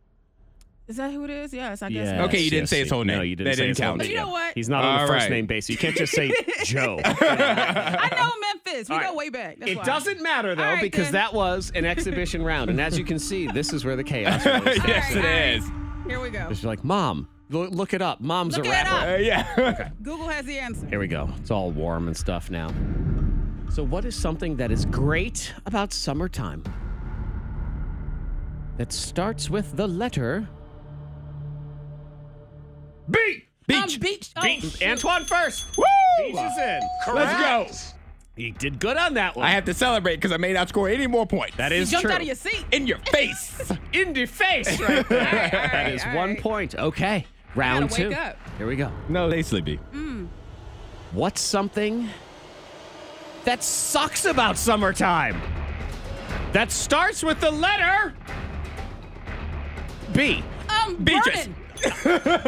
Speaker 5: Is that who it is? Yes, I guess.
Speaker 1: Yes,
Speaker 5: so.
Speaker 4: Okay, you didn't
Speaker 1: yes,
Speaker 4: say his
Speaker 1: yes.
Speaker 4: whole name.
Speaker 1: No, you didn't
Speaker 4: That
Speaker 1: say
Speaker 4: didn't
Speaker 1: his whole
Speaker 4: count.
Speaker 1: name.
Speaker 5: But you know what?
Speaker 1: He's not on the
Speaker 4: All
Speaker 1: first
Speaker 4: right.
Speaker 1: name basis. You can't just
Speaker 5: <laughs>
Speaker 1: say Joe.
Speaker 5: I know Memphis. We
Speaker 1: All right.
Speaker 5: go way back. That's
Speaker 1: It
Speaker 5: why.
Speaker 1: doesn't matter though
Speaker 5: All right,
Speaker 1: because
Speaker 5: then.
Speaker 1: that was an exhibition round, and as you can see, this is where the
Speaker 4: <laughs>
Speaker 1: chaos. Really starts.
Speaker 4: yes,
Speaker 5: All
Speaker 4: it
Speaker 5: right, all
Speaker 4: is.
Speaker 5: Here we go.
Speaker 1: It's like, Mom, lo- look it up. Mom's
Speaker 5: Look
Speaker 1: a
Speaker 5: it
Speaker 1: rapper.
Speaker 5: up.
Speaker 4: Uh, yeah.
Speaker 5: Google has the answer.
Speaker 1: Here we go. It's all warm and stuff now. So, what is something that is great about summertime? That starts with the letter B.
Speaker 5: Um,
Speaker 4: Beach.
Speaker 5: beach. Oh, shoot.
Speaker 1: Antoine first.
Speaker 4: Woo!
Speaker 1: Beach is in.
Speaker 4: Let's go.
Speaker 1: He did good on that one.
Speaker 4: I have to celebrate because I may not score any more points.
Speaker 1: that
Speaker 5: You
Speaker 1: is
Speaker 5: jumped
Speaker 1: true.
Speaker 5: out of your seat.
Speaker 4: in your face.
Speaker 1: <laughs> In the face right there. <laughs> that is
Speaker 5: all
Speaker 1: one
Speaker 5: right.
Speaker 1: point. Okay. Round
Speaker 5: gotta
Speaker 1: two.
Speaker 5: wake up.
Speaker 1: Here we go.
Speaker 4: no, they sleepy.
Speaker 1: What's something that sucks about summertime? That starts with the letter B.
Speaker 5: Um,
Speaker 4: Beatrice.
Speaker 5: burning.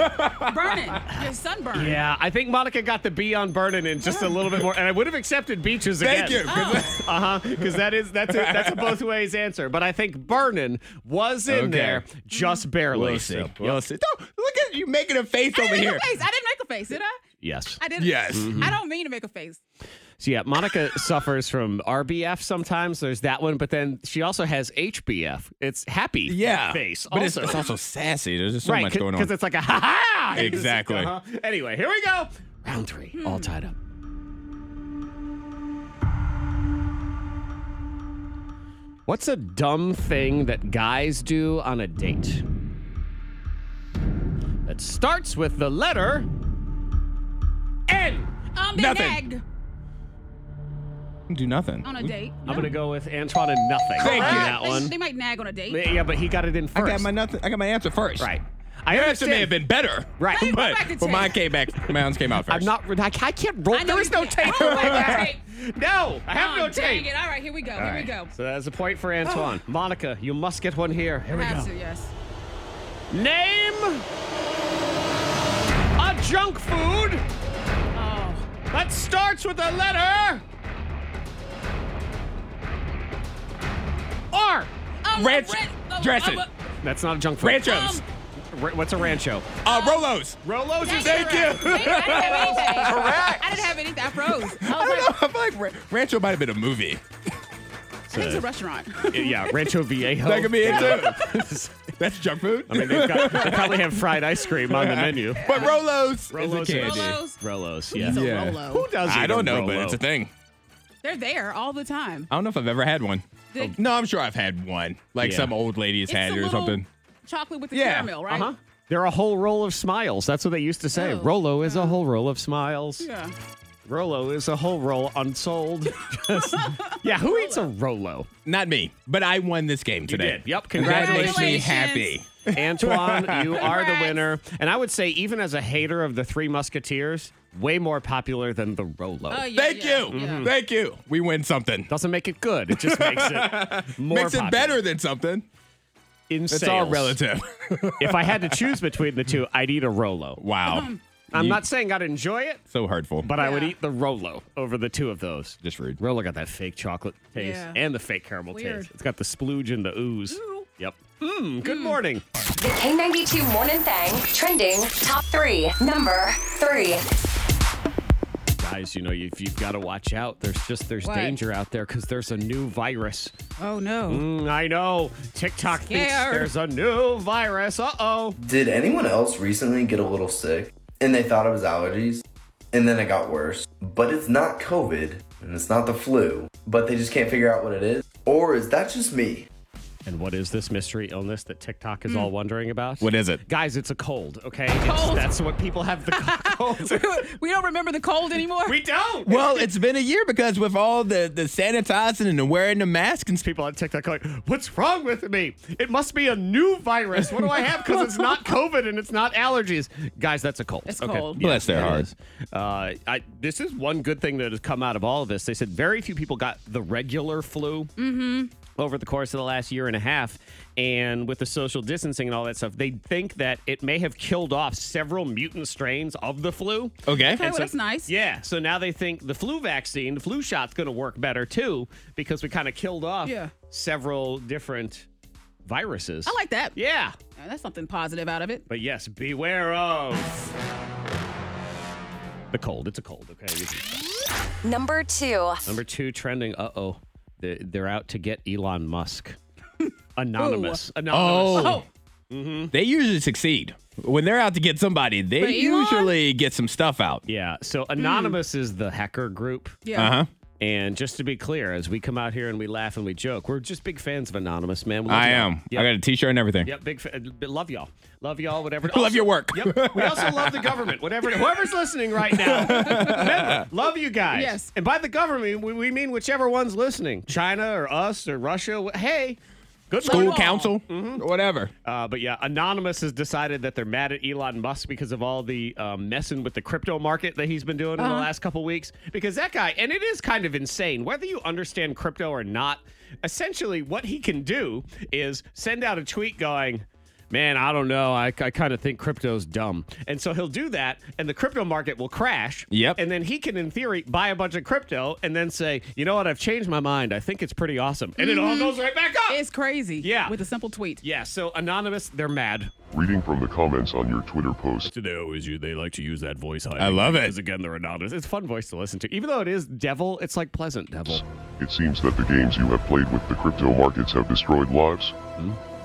Speaker 5: burning. Your sunburn.
Speaker 1: Yeah, I think Monica got the B on burning in just a little bit more, and I would have accepted beaches again.
Speaker 4: Thank
Speaker 1: <laughs>
Speaker 4: you. 'cause-
Speaker 1: Uh huh. Because that is that's a, that's a both ways answer, but I think burning was in
Speaker 4: Okay. Mm-hmm.
Speaker 1: there just barely.
Speaker 4: We'll see. We'll see. Don't- look at you making a face
Speaker 5: I
Speaker 4: over
Speaker 5: didn't
Speaker 4: here.
Speaker 5: make a face. I didn't make a face, did I?
Speaker 1: Yes.
Speaker 5: I didn't.
Speaker 4: Yes.
Speaker 1: Mm-hmm.
Speaker 5: I don't mean to make a face.
Speaker 1: So yeah, Monica suffers from RBF sometimes. There's that one, but then she also has HBF. It's happy
Speaker 4: Yeah.
Speaker 1: face.
Speaker 4: But it's, <laughs>
Speaker 1: also.
Speaker 4: it's also sassy. There's just so
Speaker 1: right
Speaker 4: much going
Speaker 1: because
Speaker 4: on.
Speaker 1: it's like a <laughs> ha ha.
Speaker 4: Exactly. Hmm.
Speaker 1: Uh-huh. Anyway, here we go. Round three, all tied up. What's a dumb thing that guys do on a date? That starts with the letter N.
Speaker 5: Um, they
Speaker 4: Nothing.
Speaker 5: nagged
Speaker 4: Do nothing.
Speaker 5: on a date.
Speaker 1: I'm gonna go with Antoine and nothing.
Speaker 4: Thank
Speaker 1: on
Speaker 4: you.
Speaker 1: That
Speaker 5: They-
Speaker 1: one.
Speaker 5: They might nag on a date.
Speaker 1: Yeah, but he got it in
Speaker 4: I
Speaker 1: first.
Speaker 4: got my nothing. I got my answer first.
Speaker 1: right. I
Speaker 4: Your answer
Speaker 1: understand.
Speaker 4: may have been better.
Speaker 1: Right. Hey, go
Speaker 4: <laughs> But,
Speaker 5: back to
Speaker 4: but
Speaker 5: tape.
Speaker 4: mine came back. Mine's came out first.
Speaker 1: I'm not. I, I can't roll.
Speaker 5: I know
Speaker 1: There is
Speaker 5: you
Speaker 1: no tape.
Speaker 4: <laughs>
Speaker 5: can't. Oh,
Speaker 1: <laughs>
Speaker 5: my God. Tape.
Speaker 1: no, I have no
Speaker 5: Oh, dang
Speaker 1: tape.
Speaker 5: it. All right, here we go. here we go. Oh.
Speaker 1: So that's a point for Antoine. Monica, you must get one here. Here we
Speaker 5: Have
Speaker 1: go.
Speaker 5: to, yes.
Speaker 1: Name a junk food
Speaker 5: Oh,
Speaker 1: that starts with the letter R.
Speaker 5: um,
Speaker 4: Ranch
Speaker 5: ran- oh,
Speaker 4: dressing.
Speaker 5: um,
Speaker 1: That's not a junk food.
Speaker 4: Ranchos.
Speaker 1: Ra- what's a rancho?
Speaker 4: uh, Rolos.
Speaker 1: Rolos is
Speaker 5: Thank
Speaker 1: a-
Speaker 5: Wait, I didn't have anything. I didn't have anything. I froze. I
Speaker 4: I
Speaker 5: was
Speaker 4: don't
Speaker 5: like,
Speaker 4: know. <laughs> I feel like Ra- Rancho might have been a movie.
Speaker 5: I think it's a restaurant.
Speaker 1: Yeah, Rancho Viejo.
Speaker 4: That could be it too. That's junk food.
Speaker 1: Oh, I mean, they've got, they <laughs> probably have fried ice cream on the menu.
Speaker 4: <laughs> but Rolos.
Speaker 1: Rolos
Speaker 4: is a candy.
Speaker 5: Rolos.
Speaker 1: Rolos, yeah.
Speaker 5: It's a
Speaker 4: Yeah.
Speaker 5: Rolo.
Speaker 1: Who does
Speaker 4: I
Speaker 1: eat
Speaker 4: don't
Speaker 1: a
Speaker 4: know, but
Speaker 1: Rolo?
Speaker 4: it's a thing.
Speaker 5: They're there all the time.
Speaker 4: I don't know if I've ever had one. Oh,
Speaker 5: They-
Speaker 4: No, I'm sure I've had one. Like
Speaker 1: Yeah.
Speaker 4: some old lady has
Speaker 5: It's
Speaker 4: had
Speaker 5: a
Speaker 4: it or
Speaker 5: little
Speaker 4: something.
Speaker 5: Chocolate with the
Speaker 4: Yeah.
Speaker 5: caramel, right?
Speaker 1: Uh-huh. They're a whole roll of smiles. That's what they used to say.
Speaker 5: Oh.
Speaker 1: Rolo is a whole roll of smiles.
Speaker 5: Yeah.
Speaker 1: Rolo is a whole roll <laughs> unsold. Just- yeah, who eats a Rolo?
Speaker 4: Not me, but I won this game today.
Speaker 1: did. Yep,
Speaker 4: And that makes me
Speaker 5: congratulations.
Speaker 4: happy.
Speaker 1: <laughs> Antoine, you are the
Speaker 5: Congrats.
Speaker 1: winner. And I would say, even as a hater of the Three Musketeers, way more popular than the Rolo.
Speaker 5: Oh, yeah,
Speaker 4: Thank
Speaker 5: yeah,
Speaker 1: Mm-hmm.
Speaker 4: you.
Speaker 5: yeah.
Speaker 4: Thank you. We win something.
Speaker 1: Doesn't make it good. It just makes <laughs> it more
Speaker 4: makes it
Speaker 1: popular.
Speaker 4: better than something.
Speaker 1: In
Speaker 4: It's
Speaker 1: sales.
Speaker 4: all relative. <laughs>
Speaker 1: if I had to choose between the two, I'd eat a Rolo. <laughs>
Speaker 4: wow.
Speaker 1: I'm
Speaker 4: You-
Speaker 1: not saying I'd enjoy it,
Speaker 4: So hurtful.
Speaker 1: but I would
Speaker 5: Yeah.
Speaker 1: eat the Rolo over the two of those.
Speaker 4: just rude.
Speaker 1: Rolo got that fake chocolate taste
Speaker 5: Yeah.
Speaker 1: and the fake caramel
Speaker 5: Weird.
Speaker 1: taste. It's got the splooge and the ooze.
Speaker 5: Ooh. Hmm.
Speaker 1: Yep. Mm, good morning.
Speaker 6: The K92 Morning Thang trending top three. Number three.
Speaker 1: Guys, you know, if you've got to watch out, there's just there's
Speaker 5: What?
Speaker 1: danger out there because there's a new virus.
Speaker 5: Oh, no.
Speaker 1: Mm, I know. TikTok thinks
Speaker 5: Scared.
Speaker 1: there's a new virus. Uh-oh.
Speaker 7: Did anyone else recently get a little sick and they thought it was allergies and then it got worse? But it's not COVID and it's not the flu, but they just can't figure out what it is? Or is that just me?
Speaker 1: And what is this mystery illness that TikTok is all wondering about?
Speaker 4: What is it?
Speaker 1: Guys, it's a cold, okay? It's-
Speaker 5: Hmm. Cold.
Speaker 1: that's what people have the <laughs> cold.
Speaker 4: <laughs>
Speaker 5: <laughs> we don't remember the cold anymore.
Speaker 1: we don't.
Speaker 4: Well, it's been a year because with all the, the sanitizing and the wearing the mask and stuff.
Speaker 1: people on TikTok going, "What's wrong with me? It must be a new virus. What do I have? Because it's not COVID and it's not allergies, guys. That's a cold.
Speaker 5: It's cold.
Speaker 4: Bless their
Speaker 1: it
Speaker 4: hearts.
Speaker 1: is. Uh, I, this is one good thing that has come out of all of this. They said very few people got the regular flu over the course of the last year and a half. And with the social distancing and all that stuff, they think that it may have killed off several mutant strains of the flu.
Speaker 4: Okay.
Speaker 1: Mm-hmm.
Speaker 5: Okay, well, Oh, that's nice.
Speaker 1: Yeah. So now they think the flu vaccine, the flu shot's going to work better too because we kind of killed off
Speaker 5: Yeah.
Speaker 1: several different viruses.
Speaker 5: I like that.
Speaker 1: Yeah.
Speaker 5: Yeah, That's something positive out of it.
Speaker 1: But yes, beware of the cold. It's a cold. Okay.
Speaker 6: Number two.
Speaker 1: Number two trending. Uh oh. They're, they're out to get Elon
Speaker 5: <laughs>
Speaker 1: Musk. Anonymous. Anonymous.
Speaker 4: Oh. They usually succeed. When they're out to get somebody, they
Speaker 5: But Elon?
Speaker 4: usually get some stuff out.
Speaker 5: Hmm.
Speaker 1: Yeah. So Anonymous is the hacker group.
Speaker 5: Yeah.
Speaker 4: Uh-huh.
Speaker 1: And just to be clear, as we come out here and we laugh and we joke, we're just big fans of Anonymous, man. We love
Speaker 4: I
Speaker 1: y'all.
Speaker 4: am.
Speaker 1: Yep.
Speaker 4: I got a T-shirt and everything.
Speaker 1: Yep, big fan. Love y'all. Love y'all, whatever.
Speaker 4: <laughs> Love your work.
Speaker 1: Yep. We also love the government, whatever. Whoever's listening right
Speaker 4: <laughs>
Speaker 1: now, remember, love you guys.
Speaker 5: Yes.
Speaker 1: And by the government, we, we mean whichever one's listening China or us or Russia. wh- Hey, good luck.
Speaker 4: School council, whatever.
Speaker 1: oh. Uh, but yeah, Anonymous has decided that they're mad at Elon Musk because of all the um, messing with the crypto market that he's been doing in the last couple weeks. Because that guy, and it is kind of insane, whether you understand crypto or not, essentially what he can do is send out a tweet going, Man, I don't know. I, I kind of think crypto's dumb. And so he'll do that, and the crypto market will crash.
Speaker 4: Yep.
Speaker 1: And then he can, in theory, buy a bunch of crypto and then say, you know what? I've changed my mind. I think it's pretty awesome. And it all goes right back up.
Speaker 5: It's crazy.
Speaker 1: Yeah.
Speaker 5: With a simple tweet.
Speaker 1: yeah, so Anonymous, they're mad.
Speaker 8: Reading from the comments on your Twitter post.
Speaker 1: So they always use, they like to use that voice.
Speaker 4: I love
Speaker 1: Because
Speaker 4: it.
Speaker 1: again, they're anonymous. It's a fun voice to listen to, even though it is devil. It's like pleasant devil.
Speaker 8: It seems that the games you have played with the crypto markets have destroyed lives.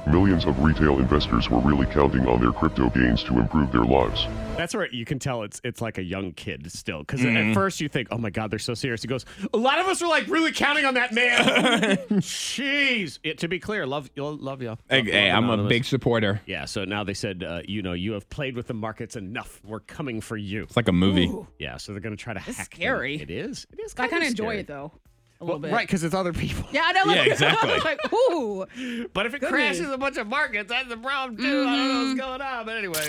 Speaker 8: Millions of retail investors were really counting on their crypto gains to improve their lives.
Speaker 1: That's where you can tell it's it's like a young kid still. Because
Speaker 4: Mm-hmm.
Speaker 1: at first you think, oh my god, they're so serious. He goes, a lot of us are like really counting on that man.
Speaker 4: <laughs>
Speaker 1: Jeez. Yeah, to be clear, love you, love you.
Speaker 4: Hey, hey, I'm a big supporter.
Speaker 1: Yeah. So now they said, uh, you know, you have played with the markets enough. We're coming for you.
Speaker 4: It's like a movie.
Speaker 1: Yeah. So they're gonna try to.
Speaker 5: It's
Speaker 1: hack them.
Speaker 5: scary.
Speaker 1: It is. It is.
Speaker 5: I kind of enjoy
Speaker 1: scary.
Speaker 5: it though. A
Speaker 1: Well,
Speaker 5: little bit.
Speaker 1: right, because it's other people.
Speaker 5: Yeah, I know. Like, <laughs>
Speaker 4: Yeah, exactly.
Speaker 5: like, ooh.
Speaker 1: But if it
Speaker 5: Goodness. Mm-hmm.
Speaker 1: crashes a bunch of markets, that's the problem too. I don't know what's going on. But anyway,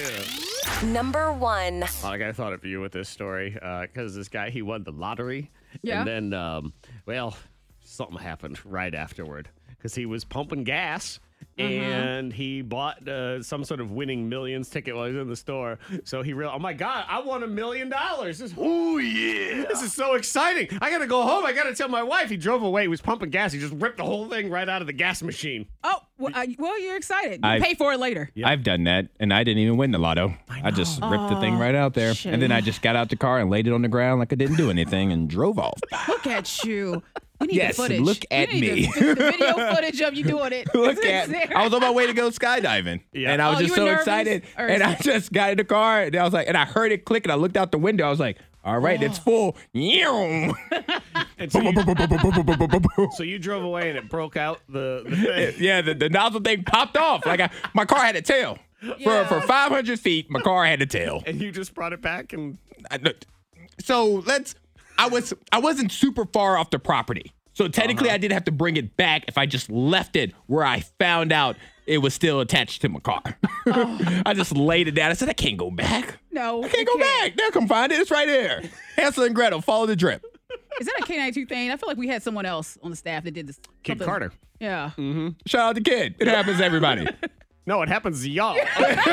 Speaker 1: yeah.
Speaker 6: Number one.
Speaker 1: Well, like I thought of you with this story because this guy he won the lottery,
Speaker 5: Yeah.
Speaker 1: and then um, well, something happened right afterward because he was pumping gas.
Speaker 5: Mm-hmm.
Speaker 1: And he bought uh, some sort of winning millions ticket while he was in the store. So he realized, oh my God, I won a million dollars. This- Oh, yeah. This is so exciting. I got to go home. I got to tell my wife. He drove away. He was pumping gas. He just ripped the whole thing right out of the gas machine.
Speaker 5: Oh, well, uh, well you're excited. You
Speaker 4: I-
Speaker 5: pay for it later.
Speaker 4: I've done that, and I didn't even win the lotto. I, just ripped the thing right out there, and then I just got out the car and laid it on the ground like I didn't do anything, and drove off.
Speaker 5: Look at you. We need
Speaker 4: Yes,
Speaker 5: the footage.
Speaker 4: look
Speaker 5: We
Speaker 4: at
Speaker 5: need the-
Speaker 4: me.
Speaker 5: <laughs> The, video footage of you doing it.
Speaker 4: <laughs> Look
Speaker 5: <laughs> It's
Speaker 4: at
Speaker 5: there.
Speaker 4: I was on my way to go skydiving,
Speaker 1: Yeah.
Speaker 4: and I was
Speaker 5: Oh,
Speaker 4: just
Speaker 5: you
Speaker 4: so
Speaker 5: were nervous?
Speaker 4: excited,
Speaker 5: Or-
Speaker 4: and I just got in the car, and I was like, and I heard it click, and I looked out the window, I was like, all right, it's
Speaker 5: Oh.
Speaker 4: full. <laughs> Yeow.
Speaker 1: And so, you,
Speaker 4: <laughs>
Speaker 1: so you <laughs> drove away and it broke out the, the thing.
Speaker 4: yeah, the, the nozzle thing popped off. Like I, my car had a tail.
Speaker 5: Yeah.
Speaker 4: For for 500 feet, my car had a tail.
Speaker 1: And you just brought it back and
Speaker 4: I- look, so let's. I was I wasn't super far off the property, so technically
Speaker 1: Uh-huh.
Speaker 4: I did have to bring it back if I just left it where I found out it was still attached to my car. <laughs> I just laid it down. I said I can't go back.
Speaker 5: Oh. No,
Speaker 4: I can't
Speaker 5: you
Speaker 4: go
Speaker 5: can't.
Speaker 4: back. They'll come find it. It's right
Speaker 5: <laughs>
Speaker 4: there. Hansel and Gretel follow the drip.
Speaker 5: Is that a K92 thing? I feel like we had someone else on the staff that did this.
Speaker 1: Kid
Speaker 5: something.
Speaker 1: Carter. Mm.
Speaker 5: Yeah.
Speaker 4: Shout out to kid. It happens to
Speaker 5: <laughs>
Speaker 4: everybody.
Speaker 1: No, it happens to y'all. <laughs>
Speaker 4: <laughs>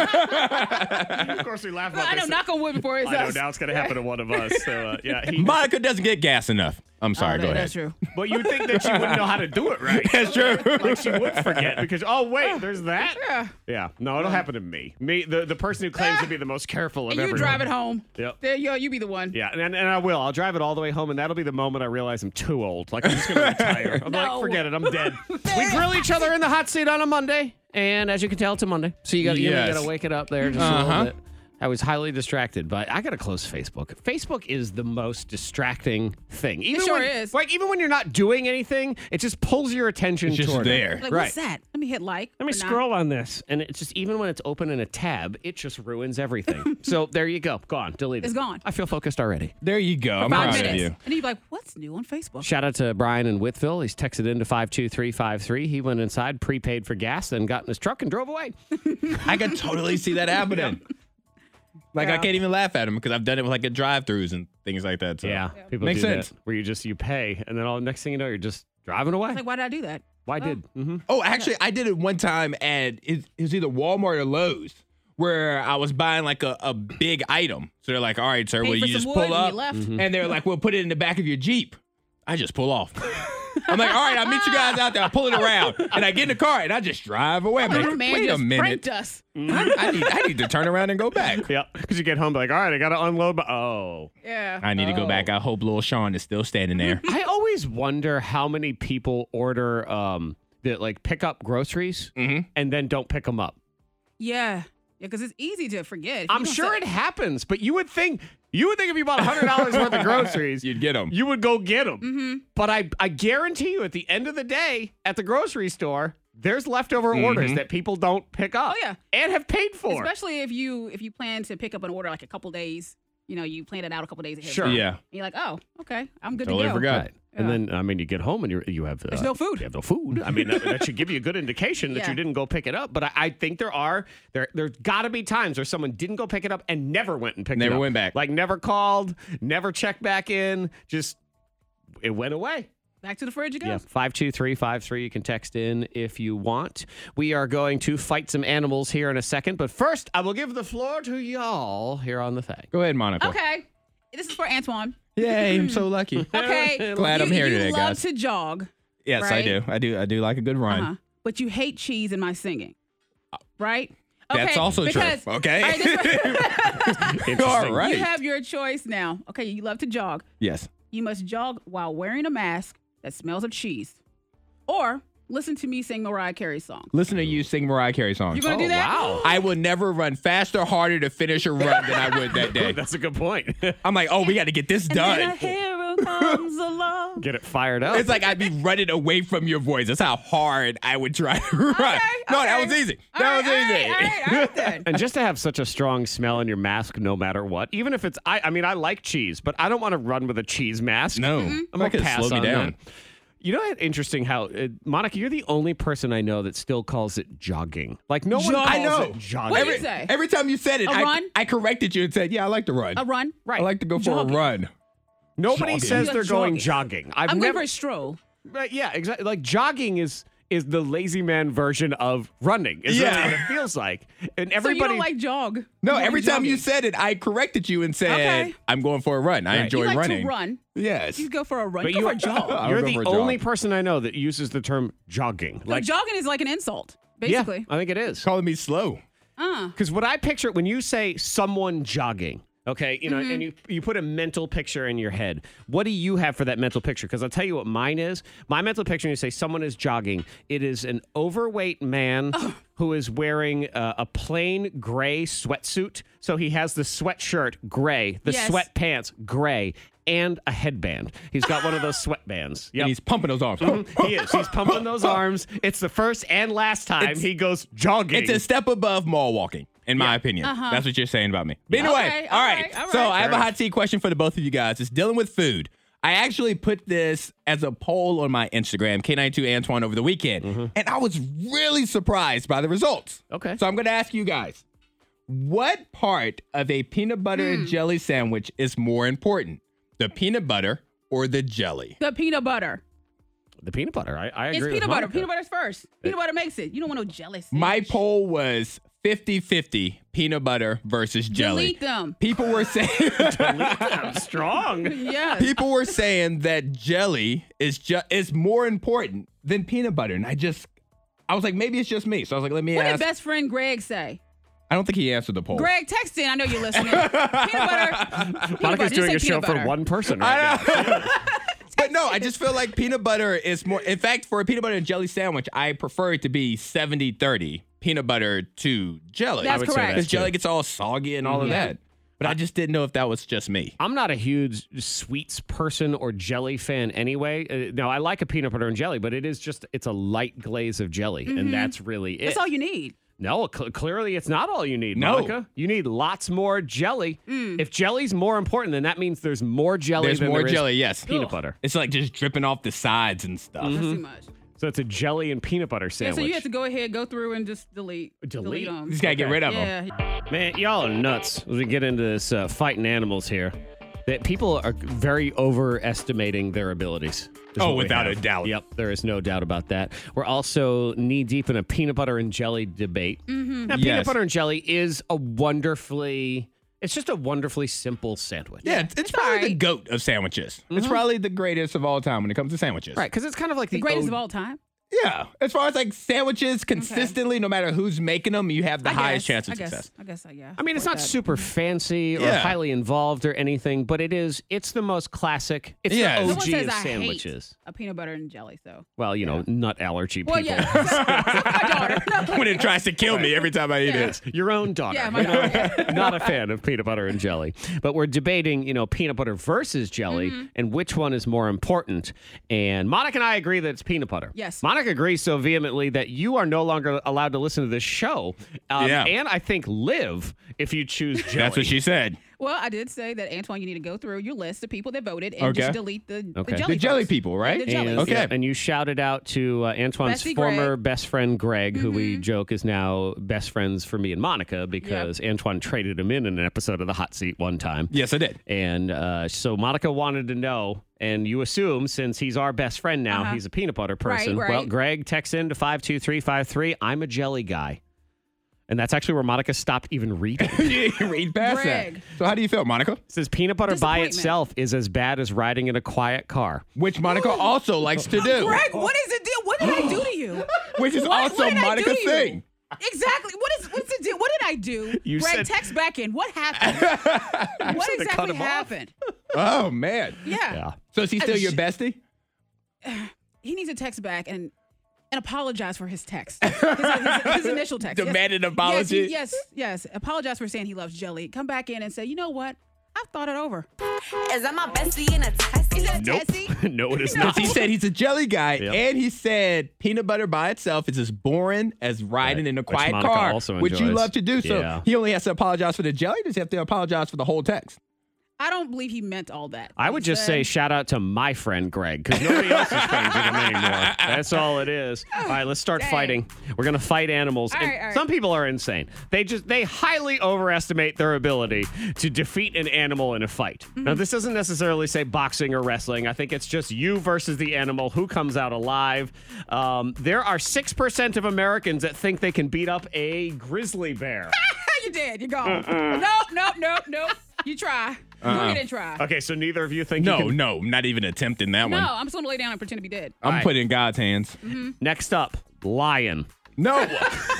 Speaker 1: of course, we laugh
Speaker 5: Well,
Speaker 1: about
Speaker 5: I know,
Speaker 1: this.
Speaker 5: knock on wood before it's
Speaker 1: I know
Speaker 5: us.
Speaker 1: now it's going to happen to one
Speaker 5: <laughs>
Speaker 1: of us. So, uh, yeah. He,
Speaker 4: Monica doesn't get gas enough. I'm
Speaker 5: Oh,
Speaker 4: sorry.
Speaker 5: that-
Speaker 4: go ahead.
Speaker 1: <laughs>
Speaker 5: That's true.
Speaker 1: but you would think that she wouldn't know how to do it right.
Speaker 4: <laughs> That's
Speaker 5: <laughs>
Speaker 4: true.
Speaker 1: Like she would forget because oh wait, there's that.
Speaker 4: <laughs>
Speaker 1: Yeah. No, it'll happen to me. Me, the, the person who claims to be the most careful of
Speaker 5: And you
Speaker 1: everyone.
Speaker 5: drive it home.
Speaker 1: Yep.
Speaker 5: There you go. You be the one.
Speaker 1: Yeah, and, and and I will. I'll drive it all the way home, and that'll be the moment I realize I'm too old. Like I'm just
Speaker 5: <laughs>
Speaker 1: gonna retire. I'm like,
Speaker 5: No.
Speaker 1: forget it. I'm
Speaker 5: <laughs>
Speaker 1: dead. we grill each other in the hot seat on a Monday, and as you can tell, it's a Monday, so you gotta
Speaker 4: Yes.
Speaker 1: you gotta wake it up there just a
Speaker 4: Uh-huh.
Speaker 1: little bit. I was highly distracted, but I gotta close Facebook. Facebook is the most distracting thing. Even
Speaker 5: sure
Speaker 1: when,
Speaker 5: is.
Speaker 1: Like even when you're not doing anything, it just pulls your attention
Speaker 4: It's just
Speaker 1: toward it.
Speaker 4: there.
Speaker 5: Like,
Speaker 1: Right.
Speaker 5: what's that? Let me hit like.
Speaker 1: Let me
Speaker 5: or not.
Speaker 1: scroll on this, and it's just even when it's open in a tab, it just ruins
Speaker 5: <laughs>
Speaker 1: everything. so there you go, gone, deleted.
Speaker 5: It's gone.
Speaker 1: I feel focused already.
Speaker 4: There you go. I'm
Speaker 5: Five
Speaker 4: proud of
Speaker 5: minutes.
Speaker 4: you.
Speaker 5: And you'd be like, what's new on Facebook?
Speaker 1: Shout out to Brian in Whitville. He's texted into 52353. He went inside, prepaid for gas, then got in his truck and drove away.
Speaker 4: I could totally see that
Speaker 5: <laughs>
Speaker 4: happening. Like I
Speaker 5: Yeah.
Speaker 4: can't even laugh at him because I've done it with like at drive-throughs and things like that. So.
Speaker 1: People
Speaker 4: Makes
Speaker 1: do
Speaker 4: sense.
Speaker 1: That, where you just you pay and then all next thing you know, you're just driving away.
Speaker 5: Like, why did I do that?
Speaker 1: Why did hmm
Speaker 4: Oh, actually, I did it one time at it, it was either Walmart or Lowe's where I was buying like a, a big item. So they're like, "All right, sir,
Speaker 5: Paid
Speaker 4: will
Speaker 5: for
Speaker 4: you
Speaker 5: some
Speaker 4: just
Speaker 5: wood
Speaker 4: pull
Speaker 5: and
Speaker 4: up?"
Speaker 5: you left.
Speaker 1: Mm-hmm.
Speaker 4: And they're like, "We'll put it in the back of your Jeep." I just pull off. I'm like, "All right, I'll meet you guys out there. I'll pull it around." And I get in the car and I just drive away. I'm
Speaker 5: That
Speaker 4: like,
Speaker 5: man
Speaker 4: "Wait a
Speaker 5: just pranked
Speaker 4: minute.
Speaker 5: us.
Speaker 4: I, I need I need to turn around and go back."
Speaker 1: Yeah, because you get home like, all right, I gotta unload. My- oh,
Speaker 5: Yeah.
Speaker 4: I need to go back. I hope little Sean is still standing
Speaker 5: <laughs>
Speaker 4: there.
Speaker 1: I always wonder how many people Mm-hmm. order um that like pick up groceries and then don't pick them up.
Speaker 5: Yeah. Yeah, because it's easy to forget. If you
Speaker 1: I'm
Speaker 5: don't
Speaker 1: sure
Speaker 5: set-
Speaker 1: it happens, but you would think you would think if you bought hundred dollars worth
Speaker 5: <laughs>
Speaker 1: of groceries,
Speaker 4: You'd get 'em.
Speaker 1: You would go get them.
Speaker 5: Mm-hmm.
Speaker 1: But I I guarantee you, at the end of the day, at the grocery store, there's leftover orders that people don't pick up.
Speaker 5: Mm-hmm. Oh, yeah.
Speaker 1: and have paid for.
Speaker 5: Especially if you if you plan to pick up an order like a couple days, you know, you plan it out a couple days ahead.
Speaker 1: Sure.
Speaker 4: Yeah.
Speaker 5: And you're like, oh, okay, I'm good
Speaker 4: Totally
Speaker 5: to go.
Speaker 4: forgot.
Speaker 1: Right. And then, I mean, you get home and you you have uh,
Speaker 5: There's no food.
Speaker 1: You have no food. I mean, that, that should give you a good indication that
Speaker 5: <laughs> Yeah.
Speaker 1: you didn't go pick it up. But I, I think there are there there's got to be times where someone didn't go pick it up and never went and picked it up.
Speaker 4: Never went back.
Speaker 1: Like never called, never checked back in. Just it went away.
Speaker 5: Back to the fridge it goes.
Speaker 1: Yeah, 52353. You can text in if you want. We are going to fight some animals here in a second. But first, I will give the floor to y'all here on the thing.
Speaker 4: Go ahead, Monica.
Speaker 5: Okay. This is for
Speaker 4: <laughs>
Speaker 5: Antoine.
Speaker 4: Yay, I'm so lucky.
Speaker 5: <laughs> Okay.
Speaker 4: Glad
Speaker 5: you,
Speaker 4: I'm here
Speaker 5: you
Speaker 4: today,
Speaker 5: love
Speaker 4: guys.
Speaker 5: to jog,
Speaker 4: Yes, I
Speaker 5: Right?
Speaker 4: do. I do. I do like a good run.
Speaker 5: uh-huh, but you hate cheese in my singing, right?
Speaker 4: Uh, That's also true.
Speaker 5: because-
Speaker 4: <laughs> Okay.
Speaker 5: All right, this-
Speaker 4: <laughs> All right.
Speaker 5: You have your choice now. Okay, you love to jog.
Speaker 4: yes.
Speaker 5: You must jog while wearing a mask that smells of cheese, or listen to me sing Mariah Carey songs.
Speaker 4: Listen to you sing Mariah Carey songs.
Speaker 5: You gonna do that?
Speaker 1: wow.
Speaker 4: I will never run faster, harder to finish a run than I would <laughs> that
Speaker 1: <laughs>
Speaker 4: day.
Speaker 1: That's a good point.
Speaker 4: I'm like, oh, we got to get this
Speaker 5: And a
Speaker 4: done.
Speaker 5: hero comes along.
Speaker 1: Get it fired up.
Speaker 4: <laughs> It's like I'd be running away from your voice. That's how hard I would try to run. no, that was easy.
Speaker 5: All
Speaker 4: that
Speaker 5: right,
Speaker 4: was easy.
Speaker 5: All right, all right, all right then.
Speaker 1: And just to have such a strong smell in your mask, no matter what, even if it's, I, I mean, I like cheese, but I don't want to run with a cheese mask.
Speaker 4: <laughs> No,
Speaker 5: Mm-hmm.
Speaker 1: I'm gonna
Speaker 4: That could
Speaker 1: pass
Speaker 4: slow me
Speaker 1: on
Speaker 4: down.
Speaker 1: that. You know, it's interesting how uh, Monica, you're the only person I know that still calls it jogging. Like no one calls
Speaker 4: I know.
Speaker 1: it jogging.
Speaker 5: What do you
Speaker 4: every,
Speaker 5: say?
Speaker 4: every time you said it,
Speaker 5: A
Speaker 4: I,
Speaker 5: run? Oh,
Speaker 4: I corrected you and said, yeah, I like to run.
Speaker 5: A run.
Speaker 1: right.
Speaker 4: I like to go for
Speaker 5: Jogging.
Speaker 4: a run.
Speaker 1: Nobody
Speaker 4: jogging.
Speaker 1: says they're going
Speaker 5: Jogging.
Speaker 1: jogging. I've
Speaker 5: I'm going
Speaker 1: never.
Speaker 5: for a stroll.
Speaker 1: Right, yeah, exactly. Like jogging is is the lazy man version of running. Is
Speaker 4: Yeah.
Speaker 1: really what it feels like. And
Speaker 5: So you
Speaker 1: everybody
Speaker 5: don't like jog.
Speaker 4: No,
Speaker 5: You like
Speaker 4: every time you
Speaker 5: jogging.
Speaker 4: said it, I corrected you and said,
Speaker 5: Okay.
Speaker 4: I'm going for a run. I
Speaker 1: Right.
Speaker 4: enjoy
Speaker 5: you like
Speaker 4: running.
Speaker 5: to run,
Speaker 4: Yes.
Speaker 5: you go for a run.
Speaker 1: But
Speaker 5: you go
Speaker 1: you-
Speaker 5: for
Speaker 1: <laughs>
Speaker 5: a jog.
Speaker 4: I would
Speaker 1: You're
Speaker 4: go
Speaker 1: the
Speaker 4: for a jog.
Speaker 1: only person I know that uses the term jogging.
Speaker 5: Like, jogging is like an insult, basically.
Speaker 1: Yeah, I think it is.
Speaker 4: calling me slow.
Speaker 5: Uh,
Speaker 1: Because what I picture when you say someone jogging, okay, you know,
Speaker 4: Mm-hmm.
Speaker 1: and you you put a mental picture in your head. What do you have for that mental picture? Because I'll tell you what mine is. My mental picture when you say someone is jogging, it is an overweight man.
Speaker 4: Oh.
Speaker 1: Who is wearing uh, a plain gray sweatsuit? So he has the sweatshirt gray, the
Speaker 5: Yes.
Speaker 1: sweatpants gray, and a headband. He's got one of those sweatbands.
Speaker 4: <laughs> And
Speaker 1: Yep. Mm-hmm.
Speaker 4: he's pumping those arms. <laughs>
Speaker 1: he is. He's pumping those arms. It's the first and last time
Speaker 4: It's-
Speaker 1: he goes jogging.
Speaker 4: It's a step above mall walking, in my opinion.
Speaker 5: Uh-huh.
Speaker 4: That's what you're saying about me. But anyway,
Speaker 5: Okay,
Speaker 4: all
Speaker 5: all
Speaker 4: right.
Speaker 5: right, all
Speaker 4: So
Speaker 5: right.
Speaker 4: I have a hot tea question for the both of you guys. It's dealing with food. I actually put this as a poll on my Instagram, K92 Antoine, over the weekend, and I was really surprised by the results.
Speaker 1: Okay.
Speaker 4: So I'm going to ask you guys what part of a peanut butter
Speaker 5: Hmm.
Speaker 4: and jelly sandwich is more important, the peanut butter or the jelly?
Speaker 5: the peanut butter.
Speaker 1: The peanut butter. I, I agree.
Speaker 5: It's
Speaker 1: with
Speaker 5: peanut butter.
Speaker 1: Monica. Uh,
Speaker 5: Peanut butter's first. Peanut butter makes it. You don't want no jelly. Sandwich.
Speaker 4: My poll was 50 50 peanut butter versus jelly.
Speaker 5: Delete them.
Speaker 4: People were saying
Speaker 5: <laughs>
Speaker 1: <laughs> I'm strong.
Speaker 5: Yes.
Speaker 4: people were saying that jelly is ju- is more important than peanut butter, and I just I was like maybe it's just me. So I was like, let me
Speaker 5: What did
Speaker 4: ask.
Speaker 5: best friend Greg say?
Speaker 4: I don't think he answered the poll.
Speaker 5: Greg, text in. I know
Speaker 4: <laughs>
Speaker 5: you're listening. peanut butter. Peanut butter.
Speaker 1: Monica's
Speaker 5: Just
Speaker 1: doing
Speaker 5: say
Speaker 1: a show
Speaker 5: peanut
Speaker 1: for
Speaker 5: butter.
Speaker 1: one person right
Speaker 4: I
Speaker 1: now.
Speaker 4: know.
Speaker 5: <laughs>
Speaker 4: <laughs> but no, I just feel like peanut butter is more. In fact, for a peanut butter and jelly sandwich, I prefer it to be 70 30 peanut butter to jelly.
Speaker 5: That's I would say correct. that
Speaker 4: Because
Speaker 1: too.
Speaker 4: jelly gets all soggy and all of
Speaker 5: Yeah.
Speaker 4: that. But I just didn't know if that was just me.
Speaker 1: I'm not a huge sweets person or jelly fan anyway. Uh, no, I like a peanut butter and jelly, but it is just it's a light glaze of jelly, and that's really it.
Speaker 5: Mm-hmm. That's all you need.
Speaker 1: no, cl- clearly it's not all you need,
Speaker 4: No.
Speaker 1: Monica. You need lots more jelly.
Speaker 5: Mm.
Speaker 1: If jelly's more important, then that means there's more jelly
Speaker 4: There's
Speaker 1: than
Speaker 4: more
Speaker 1: there is
Speaker 4: jelly, yes.
Speaker 1: peanut butter.
Speaker 4: It's like just dripping off the sides and stuff.
Speaker 5: That's too much.
Speaker 1: So it's a jelly and peanut butter
Speaker 5: Yeah,
Speaker 1: sandwich.
Speaker 5: so you have to go ahead, go through, and just delete.
Speaker 1: Delete?
Speaker 5: them.
Speaker 4: You just gotta get
Speaker 1: Okay.
Speaker 4: rid of them.
Speaker 5: yeah.
Speaker 1: Man, y'all are nuts. As we get into this uh, fighting animals here, that people are very overestimating their abilities. is
Speaker 4: Oh,
Speaker 1: what we
Speaker 4: without
Speaker 1: have.
Speaker 4: a doubt.
Speaker 1: Yep, there is no doubt about that. We're also knee deep in a peanut butter and jelly debate.
Speaker 5: Mm-hmm.
Speaker 1: Now, peanut
Speaker 4: Yes.
Speaker 1: butter and jelly is a wonderfully, it's just a wonderfully simple sandwich.
Speaker 4: Yeah, it's, it's probably the
Speaker 5: alright. Mm-hmm.
Speaker 4: goat of sandwiches. It's probably the greatest of all time when it comes to sandwiches.
Speaker 1: Right, because it's kind of like the,
Speaker 5: The greatest
Speaker 1: O-
Speaker 5: of all time.
Speaker 4: Yeah, as far as like sandwiches, consistently, no matter who's making them, you have the
Speaker 5: I
Speaker 4: highest
Speaker 5: guess,
Speaker 4: chance of
Speaker 5: I guess,
Speaker 4: success.
Speaker 5: I guess, I yeah.
Speaker 1: I mean, it's not super fancy or
Speaker 4: Yeah.
Speaker 1: highly involved or anything, but it is. It's the most classic. It's
Speaker 4: Yeah,
Speaker 1: the
Speaker 4: it's-
Speaker 5: Someone
Speaker 1: OG
Speaker 5: says
Speaker 1: of
Speaker 5: I
Speaker 1: sandwiches.
Speaker 5: hate a peanut butter and jelly. So,
Speaker 1: Well, you know, nut allergy people.
Speaker 5: well, <laughs> yeah, so, so my daughter.
Speaker 4: <laughs>
Speaker 5: No,
Speaker 4: when it tries to kill me every time I eat it.
Speaker 1: Your own daughter.
Speaker 5: Yeah, my
Speaker 1: you know?
Speaker 5: daughter.
Speaker 1: <laughs> Not a fan of peanut butter and jelly. But we're debating, you know, peanut butter versus jelly
Speaker 5: Mm-hmm.
Speaker 1: and which one is more important. And Monica and I agree that it's peanut butter.
Speaker 5: Yes.
Speaker 1: Monica agrees so vehemently that you are no longer allowed to listen to this show. Um,
Speaker 4: Yeah.
Speaker 1: And I think live if you choose jelly.
Speaker 4: That's what she said.
Speaker 5: well, I did say that Antoine, you need to go through your list of people that voted and
Speaker 4: Okay.
Speaker 5: just delete the,
Speaker 1: Okay.
Speaker 5: the
Speaker 1: The
Speaker 5: jelly.
Speaker 4: the jelly
Speaker 5: folks.
Speaker 4: people, right?
Speaker 5: The jelly.
Speaker 1: And,
Speaker 5: jellies.
Speaker 4: Okay.
Speaker 1: yeah, and you shouted out to uh, Antoine's
Speaker 5: Bestie
Speaker 1: former
Speaker 5: Greg.
Speaker 1: best friend Greg, who
Speaker 5: Mm-hmm.
Speaker 1: we joke is now best friends for me and Monica because Antoine traded him in in an episode of The Hot Seat one time.
Speaker 4: Yes, I did. <laughs>
Speaker 1: And uh, so Monica wanted to know, and you assume since he's our best friend now, he's a peanut butter person.
Speaker 5: Uh-huh. Right, right.
Speaker 1: Well, Greg texts in to 52353. I'm a jelly guy. And that's actually where Monica stopped even reading. It
Speaker 4: you read past
Speaker 5: Greg.
Speaker 4: that. So how do you feel, Monica?
Speaker 1: says peanut butter by
Speaker 5: Disappointment.
Speaker 1: itself is as bad as riding in a quiet car.
Speaker 4: Which Monica also likes to do.
Speaker 5: Greg, what is
Speaker 1: Oh.
Speaker 5: the deal? What did I do
Speaker 1: <laughs>
Speaker 5: to you?
Speaker 4: Which is
Speaker 5: What-
Speaker 4: also
Speaker 5: what did I do
Speaker 4: Monica's
Speaker 5: to you?
Speaker 4: thing.
Speaker 5: Exactly. What is what's the deal? What did I do?
Speaker 1: You
Speaker 5: Greg,
Speaker 1: said-
Speaker 5: text back
Speaker 1: <laughs>
Speaker 5: in. What happened? what
Speaker 1: said to cut
Speaker 5: exactly
Speaker 1: him off.
Speaker 5: happened?
Speaker 4: Oh man.
Speaker 5: Yeah.
Speaker 1: Yeah.
Speaker 4: So is he still your bestie?
Speaker 5: He needs to text back and and apologize for his text. His, his- his initial text. Yes.
Speaker 4: Demanded apology.
Speaker 5: Yes, yes, yes. Apologize for saying he loves jelly. Come back in and say, you know what? I've thought it over.
Speaker 6: Is that my bestie in a testy?
Speaker 5: Is that
Speaker 1: Nope. <laughs>
Speaker 5: Tessie?
Speaker 1: no, it is
Speaker 5: No.
Speaker 1: not.
Speaker 4: He said he's a jelly guy,
Speaker 1: Yep.
Speaker 4: and he said peanut butter by itself is as boring as riding
Speaker 1: Right.
Speaker 4: in a
Speaker 1: Which
Speaker 4: quiet
Speaker 1: Monica
Speaker 4: car,
Speaker 1: also
Speaker 4: which you
Speaker 1: enjoys.
Speaker 4: love to do. So
Speaker 1: Yeah.
Speaker 4: he only has to apologize for the jelly. Does he have to apologize for the whole text?
Speaker 5: I don't believe he meant all that.
Speaker 1: I would
Speaker 5: He
Speaker 1: just say
Speaker 5: said-
Speaker 1: shout out to my friend Greg because nobody else is friends with him anymore. That's all it
Speaker 5: <laughs>
Speaker 1: is. All right, let's start
Speaker 5: Oh, Dang.
Speaker 1: fighting. We're gonna fight animals.
Speaker 5: All
Speaker 1: And
Speaker 5: right, all right.
Speaker 1: Some people are insane. They just they highly overestimate their ability to defeat an animal in a fight. Now
Speaker 5: Mm-hmm.
Speaker 1: this doesn't necessarily say boxing or wrestling. I think it's just you versus the animal. Who comes out alive? Um, there are six percent of Americans that think they can beat up a grizzly
Speaker 5: <laughs>
Speaker 1: bear.
Speaker 5: <laughs> you did. You're gone. No, no, no, no. You try.
Speaker 4: Uh-uh.
Speaker 5: You didn't try.
Speaker 4: Uh,
Speaker 1: okay, so neither of you think you can
Speaker 4: no, not even attempting that
Speaker 5: No, I'm just gonna lay down and pretend to be dead.
Speaker 4: I'm putting it in God's hands.
Speaker 1: Next up, lion.
Speaker 5: <laughs>
Speaker 4: No, <laughs>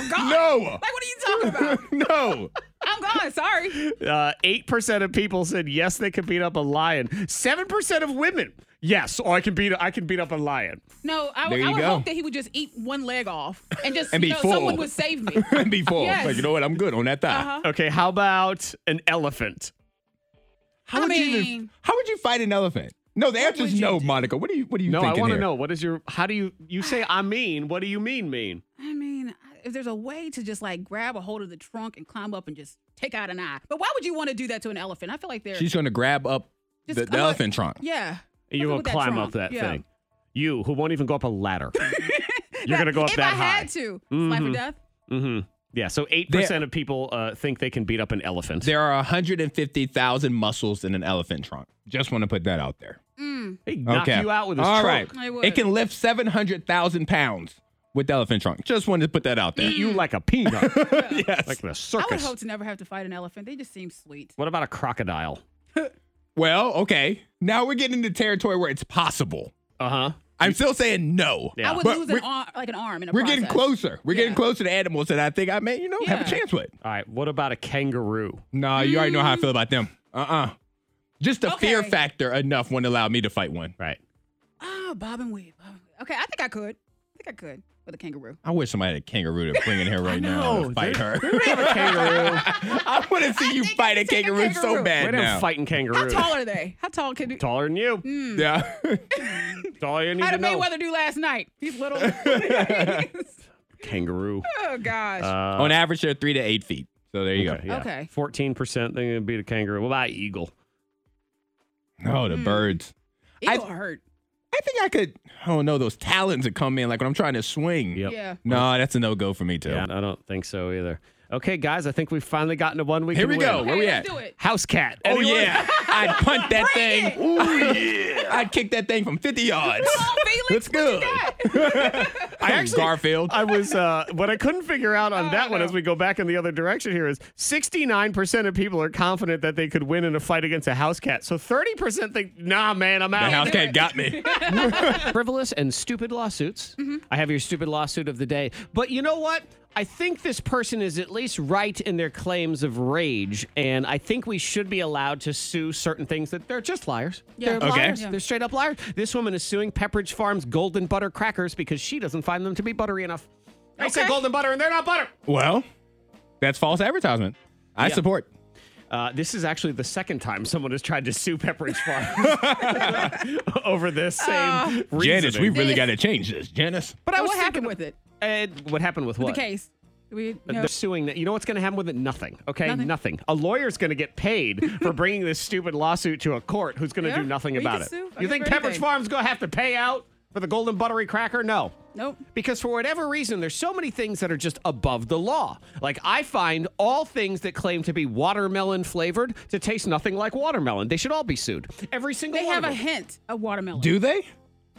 Speaker 4: no,
Speaker 5: Like, what are you talking about?
Speaker 4: no. <laughs>
Speaker 5: I'm gone. Sorry.
Speaker 1: Uh, Eight percent of people said yes, they could beat up a lion. Seven percent of women, yes, or I can beat I can beat up a lion.
Speaker 5: No, I,
Speaker 4: There
Speaker 5: would- I
Speaker 4: you
Speaker 5: would
Speaker 4: go.
Speaker 5: hope that he would just eat one leg off and just
Speaker 4: And
Speaker 5: you
Speaker 4: be
Speaker 5: know,
Speaker 4: full.
Speaker 5: someone would
Speaker 4: <laughs>
Speaker 5: save me.
Speaker 4: Before,
Speaker 5: Yes.
Speaker 4: like you know what, I'm good on that thigh.
Speaker 5: Uh-huh.
Speaker 1: Okay, how about an elephant?
Speaker 4: How
Speaker 5: I
Speaker 4: would you?
Speaker 5: mean-
Speaker 4: Even, how would you fight an elephant? No, the answer
Speaker 5: would
Speaker 4: is
Speaker 5: you
Speaker 4: no,
Speaker 5: do?
Speaker 4: Monica. What do you? What do you?
Speaker 1: No, I
Speaker 4: want to
Speaker 1: know what is your how do you you say I mean? What do you mean mean?
Speaker 5: I mean, if there's a way to just like grab a hold of the trunk and climb up and just take out an eye, but why would you want to do that to an elephant? I feel like they're
Speaker 4: She's going to grab up
Speaker 5: Just
Speaker 4: the, the
Speaker 5: I'm a-
Speaker 4: elephant trunk.
Speaker 5: <laughs> yeah.
Speaker 1: You're
Speaker 5: Something
Speaker 1: gonna
Speaker 5: with that
Speaker 1: climb
Speaker 5: trunk.
Speaker 1: up that
Speaker 5: Yeah.
Speaker 1: thing. You who won't even go up a
Speaker 5: <laughs>
Speaker 1: ladder. You're gonna go up
Speaker 5: if
Speaker 1: that
Speaker 5: I
Speaker 1: high.
Speaker 5: had to, life or death.
Speaker 1: Mm-hmm. Yeah, so eight percent of people uh, think they can beat up an elephant.
Speaker 4: There are 150,000 muscles in an elephant trunk. Just want to put that out there.
Speaker 1: He'd knock
Speaker 4: okay.
Speaker 1: you out with his
Speaker 4: All
Speaker 1: trunk.
Speaker 5: I
Speaker 4: right.
Speaker 5: would.
Speaker 4: It can lift 700,000 pounds with the elephant trunk. Just wanted to put that out
Speaker 5: Mm.
Speaker 4: there.
Speaker 1: Eat you like a
Speaker 4: <laughs>
Speaker 1: peanut. yes. Like the
Speaker 5: I would
Speaker 1: circus.
Speaker 5: hope to never have to fight an elephant. They just seem sweet.
Speaker 1: What about a crocodile?
Speaker 4: Well, okay. Now we're getting into territory where it's possible.
Speaker 1: Uh-huh.
Speaker 4: I'm still saying no.
Speaker 1: Yeah.
Speaker 5: I would
Speaker 4: But
Speaker 5: lose
Speaker 4: we're-
Speaker 5: an arm, like an arm in a
Speaker 4: We're getting
Speaker 5: process.
Speaker 4: closer. We're getting
Speaker 5: Yeah.
Speaker 4: closer to animals that I think I may, you know, have a
Speaker 5: Yeah.
Speaker 4: chance with.
Speaker 1: All right, what about a kangaroo?
Speaker 4: Nah, you already know how I feel about them. Uh-uh. Just the fear
Speaker 5: Okay.
Speaker 4: factor enough wouldn't allow me to fight one.
Speaker 1: Right.
Speaker 5: Oh, bob and weave. Bob and weave. Okay, I think I could. I think I could with a kangaroo.
Speaker 4: I wish somebody had a kangaroo to bring in <laughs> here right now
Speaker 1: know.
Speaker 4: to fight
Speaker 1: <laughs>
Speaker 4: her.
Speaker 1: kangaroo.
Speaker 4: <laughs> I want to see you
Speaker 5: think I
Speaker 4: fight a
Speaker 5: can take a
Speaker 4: kangaroo, so
Speaker 5: kangaroo.
Speaker 1: Wait,
Speaker 4: bad
Speaker 1: I'm
Speaker 4: now.
Speaker 1: fighting
Speaker 5: How
Speaker 1: kangaroos.
Speaker 5: tall are they? How tall can? Do-
Speaker 1: Taller than you.
Speaker 4: Yeah.
Speaker 1: That's all you need
Speaker 5: How
Speaker 1: to
Speaker 5: did
Speaker 1: know.
Speaker 5: Mm. Mayweather do last night?
Speaker 1: <laughs>
Speaker 5: He's little. <laughs>
Speaker 1: Kangaroo.
Speaker 5: oh gosh.
Speaker 4: <laughs>
Speaker 1: Uh,
Speaker 4: On average, they're three to eight feet. So there you
Speaker 5: Okay.
Speaker 1: Fourteen percent think it'd beat a kangaroo. What about eagle?
Speaker 4: go. Oh, the
Speaker 5: Hmm.
Speaker 4: birds. I-
Speaker 5: Eagle hurt.
Speaker 4: I think I could. Oh no, those talons that come in like when I'm trying to swing.
Speaker 1: Yep.
Speaker 5: Yeah.
Speaker 4: No, that's a no go for me too.
Speaker 1: Yeah, I don't think so either. Okay, guys, I think we've finally gotten to one week. in
Speaker 4: Here we
Speaker 1: win.
Speaker 4: go. Where
Speaker 5: Hey,
Speaker 4: we
Speaker 5: let's
Speaker 4: at?
Speaker 5: do it.
Speaker 1: House cat.
Speaker 4: Oh
Speaker 1: Anyone?
Speaker 4: yeah,
Speaker 5: <laughs>
Speaker 4: I'd punt that thing. Ooh yeah, I'd kick that thing from 50 yards.
Speaker 5: Come on, Felix.
Speaker 4: It's good. <laughs> I am Garfield.
Speaker 1: <laughs> I was uh, what I couldn't figure out
Speaker 5: Oh,
Speaker 1: on that one as we go back in the other direction here is 69% of people are confident that they could win in a fight against a house cat. So 30% think, "Nah, man, I'm
Speaker 4: The
Speaker 1: out."
Speaker 4: house cat got
Speaker 5: <laughs>
Speaker 4: me.
Speaker 1: frivolous and stupid lawsuits.
Speaker 5: Mm-hmm.
Speaker 1: I have your stupid lawsuit of the day. But you know what? I think this person is at least right in their claims of rage, and I think we should be allowed to sue certain things that they're just liars.
Speaker 5: Yeah.
Speaker 1: They're
Speaker 4: Okay.
Speaker 1: liars.
Speaker 5: Yeah.
Speaker 1: They're straight up liars. This woman is suing Pepperidge Farm's Golden Butter Crackers because she doesn't find them to be buttery enough. I say
Speaker 5: Okay.
Speaker 1: golden butter, and they're not butter.
Speaker 4: Well, that's false advertisement. I support.
Speaker 1: Uh, this is actually the second time someone has tried to sue Pepperidge
Speaker 5: <laughs>
Speaker 1: Farm <laughs> over this same reasoning.
Speaker 4: Janice, we really got to change this. Janice.
Speaker 1: but I
Speaker 5: And
Speaker 1: was
Speaker 5: Uh, what happened
Speaker 1: thinking-
Speaker 5: with it?
Speaker 1: Uh, what happened with what? Uh,
Speaker 5: The case. We know.
Speaker 1: They're suing that. You know what's going to happen with it? Nothing. Okay, nothing.
Speaker 5: Nothing.
Speaker 1: A lawyer's going to get paid for bringing this stupid lawsuit to a court. Who's going to
Speaker 5: Yeah,
Speaker 1: do nothing
Speaker 5: we
Speaker 1: about
Speaker 5: can
Speaker 1: it?
Speaker 5: sue.
Speaker 1: You
Speaker 5: Okay,
Speaker 1: think
Speaker 5: for
Speaker 1: Pepperidge
Speaker 5: anything.
Speaker 1: Farm's going to have to pay out for the golden buttery cracker? No.
Speaker 5: Nope.
Speaker 1: Because for whatever reason, there's so many things that are just above the law. Like I find all things that claim to be watermelon flavored to taste nothing like watermelon. They should all be sued. Every single
Speaker 5: They
Speaker 1: one
Speaker 5: have
Speaker 1: of
Speaker 5: a
Speaker 1: them.
Speaker 5: hint of watermelon.
Speaker 4: Do they?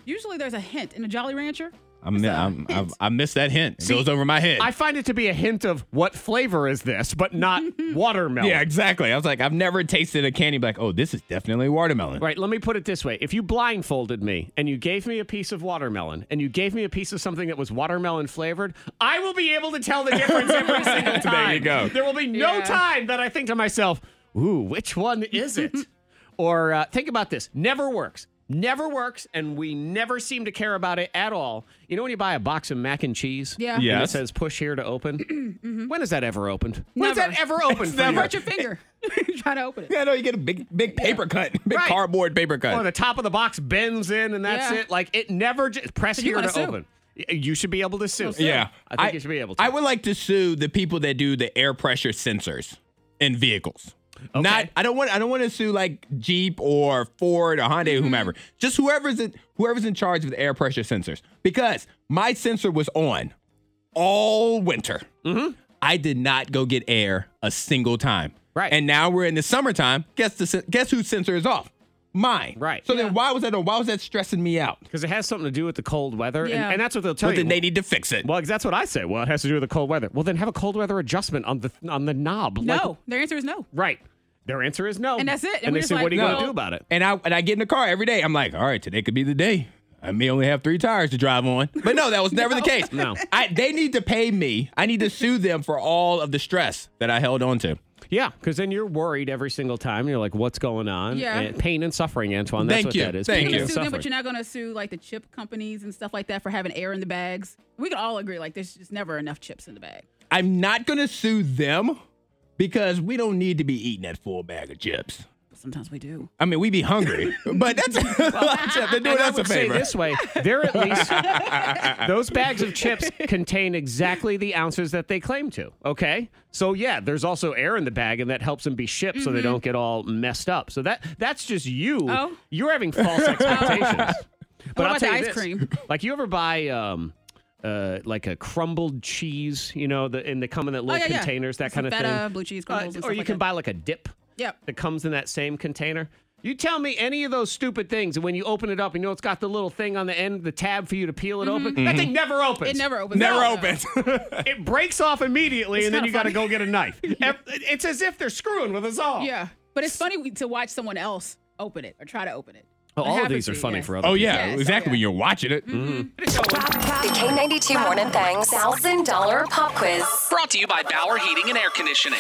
Speaker 5: Usually there's a hint in a Jolly Rancher.
Speaker 4: I'm, <laughs> I'm, I'm, I missed that hint. It goes over my head.
Speaker 1: I find it to be a hint of what flavor is this, but
Speaker 5: <laughs>
Speaker 1: not watermelon.
Speaker 4: yeah, exactly. I was like, I've never tasted a candy like, oh, this is definitely watermelon.
Speaker 1: Right, let me put it this way. If you blindfolded me and you gave me a piece of watermelon and you gave me a piece of something that was watermelon flavored, I will be able to tell the difference
Speaker 4: <laughs>
Speaker 1: every single time.
Speaker 4: There you go.
Speaker 1: There will be no
Speaker 5: Yeah.
Speaker 1: time that I think to myself, ooh, which one is
Speaker 4: <laughs>
Speaker 1: it? or uh, think about this never works. Never works, and we never seem to care about it at all. You know when you buy a box of mac and cheese?
Speaker 5: Yeah. Mm-hmm.
Speaker 1: And it
Speaker 4: Yes.
Speaker 1: says push here to
Speaker 5: <clears throat>
Speaker 1: open. When has that ever opened? When has
Speaker 5: Never.
Speaker 1: that ever opened? for you?
Speaker 5: Hurt
Speaker 1: <laughs>
Speaker 5: your finger. <laughs> Try to open it.
Speaker 4: Yeah, no, you get a big, big paper cut, <laughs> big
Speaker 1: Right.
Speaker 4: cardboard paper
Speaker 1: or
Speaker 4: cut.
Speaker 1: the top of the box bends in and that's
Speaker 5: Yeah.
Speaker 1: it. Like it never just press
Speaker 5: You
Speaker 1: here
Speaker 5: wanna
Speaker 1: to
Speaker 5: sue.
Speaker 1: open. Y- You should be able to sue.
Speaker 4: yeah,
Speaker 1: I think you should be able to.
Speaker 4: I would like to sue the people that do the air pressure sensors in vehicles. Not, I don't want, I don't want to sue like Jeep or Ford or Hyundai
Speaker 1: Mm-hmm.
Speaker 4: or whomever. Just whoever's in, whoever's in charge of the air pressure sensors, because my sensor was on all winter.
Speaker 1: Mm-hmm.
Speaker 4: I did not go get air a single time.
Speaker 1: Right.
Speaker 4: And now we're in the summertime. Guess the sen- guess whose sensor is off? Mine.
Speaker 1: Right.
Speaker 4: So then why was that on? Why was that stressing me out?
Speaker 1: Because it has something to do with the cold weather. and-
Speaker 5: Yeah.
Speaker 1: And, that's what they'll tell
Speaker 4: But
Speaker 1: you.
Speaker 4: then they need to fix it.
Speaker 1: well, 'cause that's what I say. Well, it has to do with the cold weather. Well, then have a cold weather adjustment on the on the knob.
Speaker 5: No.
Speaker 1: Like-
Speaker 5: Their answer is no.
Speaker 1: right. Their answer is no.
Speaker 5: And that's it. And
Speaker 1: And,
Speaker 5: we're
Speaker 1: they
Speaker 5: just
Speaker 1: say, what
Speaker 5: like,
Speaker 1: are you going
Speaker 5: no.
Speaker 1: to do about it?
Speaker 4: And I and I get in the car every day. I'm like, all right, today could be the day. I may only have three tires to drive on. But no, that was never the
Speaker 1: <laughs>
Speaker 4: case.
Speaker 1: No.
Speaker 4: I, they need to pay me. I need to sue them for all of the stress that I held on to.
Speaker 1: Yeah, because then you're worried every single time. You're like, what's going on?
Speaker 5: Yeah.
Speaker 1: And pain and suffering, Antoine. That's
Speaker 4: Thank
Speaker 1: what
Speaker 4: you.
Speaker 1: that is. Pain
Speaker 4: Thank
Speaker 5: You're
Speaker 4: you.
Speaker 5: gonna
Speaker 1: and
Speaker 5: sue them, but
Speaker 1: suffering.
Speaker 5: you're not gonna sue like the chip companies and stuff like that for having air in the bags. We can all agree like there's just never enough chips in the bag.
Speaker 4: I'm not gonna sue them because we don't need to be eating that full bag of chips.
Speaker 5: But sometimes we do.
Speaker 4: I mean, we
Speaker 1: <laughs>
Speaker 4: be hungry, but that's <laughs> a lot of chips. They're doing
Speaker 1: And I
Speaker 4: us Oh, a
Speaker 1: would say
Speaker 4: favor.
Speaker 1: this way, they're at least those bags of chips contain exactly the ounces that they claim to. Okay, so yeah, there's also air in the bag, and that helps them be shipped so they don't get all messed up. So that that's just you.
Speaker 5: Mm-hmm. <laughs> Oh.
Speaker 1: You're having false expectations.
Speaker 5: What
Speaker 1: but I'll tell
Speaker 5: about the
Speaker 1: you
Speaker 5: ice
Speaker 1: this,
Speaker 5: cream?
Speaker 1: <laughs> like you ever buy. Um, uh, like a crumbled cheese, you know, the, and they come in that little
Speaker 5: Oh, yeah, yeah.
Speaker 1: containers, that
Speaker 5: Some
Speaker 1: kind of
Speaker 5: feta,
Speaker 1: thing.
Speaker 5: blue cheese
Speaker 1: Uh,
Speaker 5: crumbles and
Speaker 1: or
Speaker 5: stuff
Speaker 1: you
Speaker 5: like
Speaker 1: can
Speaker 5: that.
Speaker 1: buy like a dip
Speaker 5: Yep.
Speaker 1: that comes in that same container. You tell me any of those stupid things, and when you open it up, you know it's got the little thing on the end, the tab for you to peel it open. That thing never opens.
Speaker 5: Mm-hmm. It never
Speaker 4: <laughs>
Speaker 5: opens.
Speaker 4: Never
Speaker 5: No.
Speaker 1: <laughs>
Speaker 4: opens.
Speaker 1: It breaks off immediately,
Speaker 5: It's
Speaker 1: and then
Speaker 5: kinda
Speaker 1: you got to
Speaker 5: funny.
Speaker 1: go get a
Speaker 5: <laughs>
Speaker 1: knife. Ev- It's as if they're screwing with us all.
Speaker 5: Yeah, but it's funny we- to watch someone else open it or try to open it.
Speaker 1: Oh,
Speaker 5: It
Speaker 1: all of
Speaker 5: happens
Speaker 1: these are
Speaker 5: to me,
Speaker 1: funny
Speaker 5: yes.
Speaker 1: for other.
Speaker 4: <laughs> oh
Speaker 1: people.
Speaker 4: yeah,
Speaker 5: Yes, oh,
Speaker 4: exactly.
Speaker 5: yeah.
Speaker 4: When you're watching it.
Speaker 1: Mm-hmm.
Speaker 6: The K92 Morning Thang's $1,000 pop quiz.
Speaker 9: Brought to you by Bauer Heating and Air Conditioning.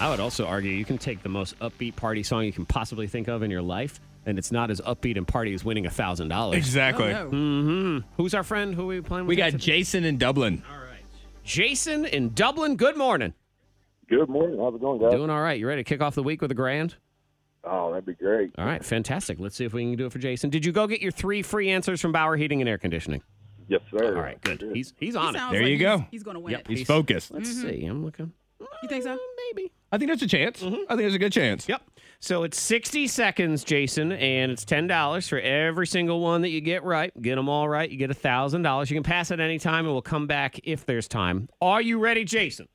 Speaker 1: I would also argue you can take the most upbeat party song you can possibly think of in your life, and it's not as upbeat and party as winning a thousand dollars.
Speaker 4: <laughs> Exactly.
Speaker 5: Oh, No.
Speaker 1: Mm, Who's our friend? Who are we playing? With
Speaker 4: We got
Speaker 1: today?
Speaker 4: Jason in Dublin.
Speaker 1: Jason in Dublin. Good morning.
Speaker 10: Good morning. How's it going, guys?
Speaker 1: Doing all right. You ready to kick off the week with a grand?
Speaker 10: Oh, that'd be great.
Speaker 1: All right, fantastic. Let's see if we can do it for Jason. Did you go get your three free answers from Bauer Heating and Air Conditioning?
Speaker 10: Yes, sir.
Speaker 1: All right, good. He's he's
Speaker 5: He
Speaker 1: on it.
Speaker 5: sounds
Speaker 4: There
Speaker 5: like
Speaker 4: you
Speaker 5: he's-
Speaker 4: go.
Speaker 5: He's gonna win
Speaker 1: Yep.
Speaker 5: it.
Speaker 4: He's focused.
Speaker 1: Let's see. I'm looking. Mm,
Speaker 5: You think so?
Speaker 1: Maybe.
Speaker 4: I think there's a chance. I think there's a good chance.
Speaker 1: Mm-hmm. Yep. So it's 60 seconds, Jason, and it's $10 for every single one that you get right. Get them all right, you get $1,000. You can pass at any time, and we'll come back if there's time. Are you ready, Jason?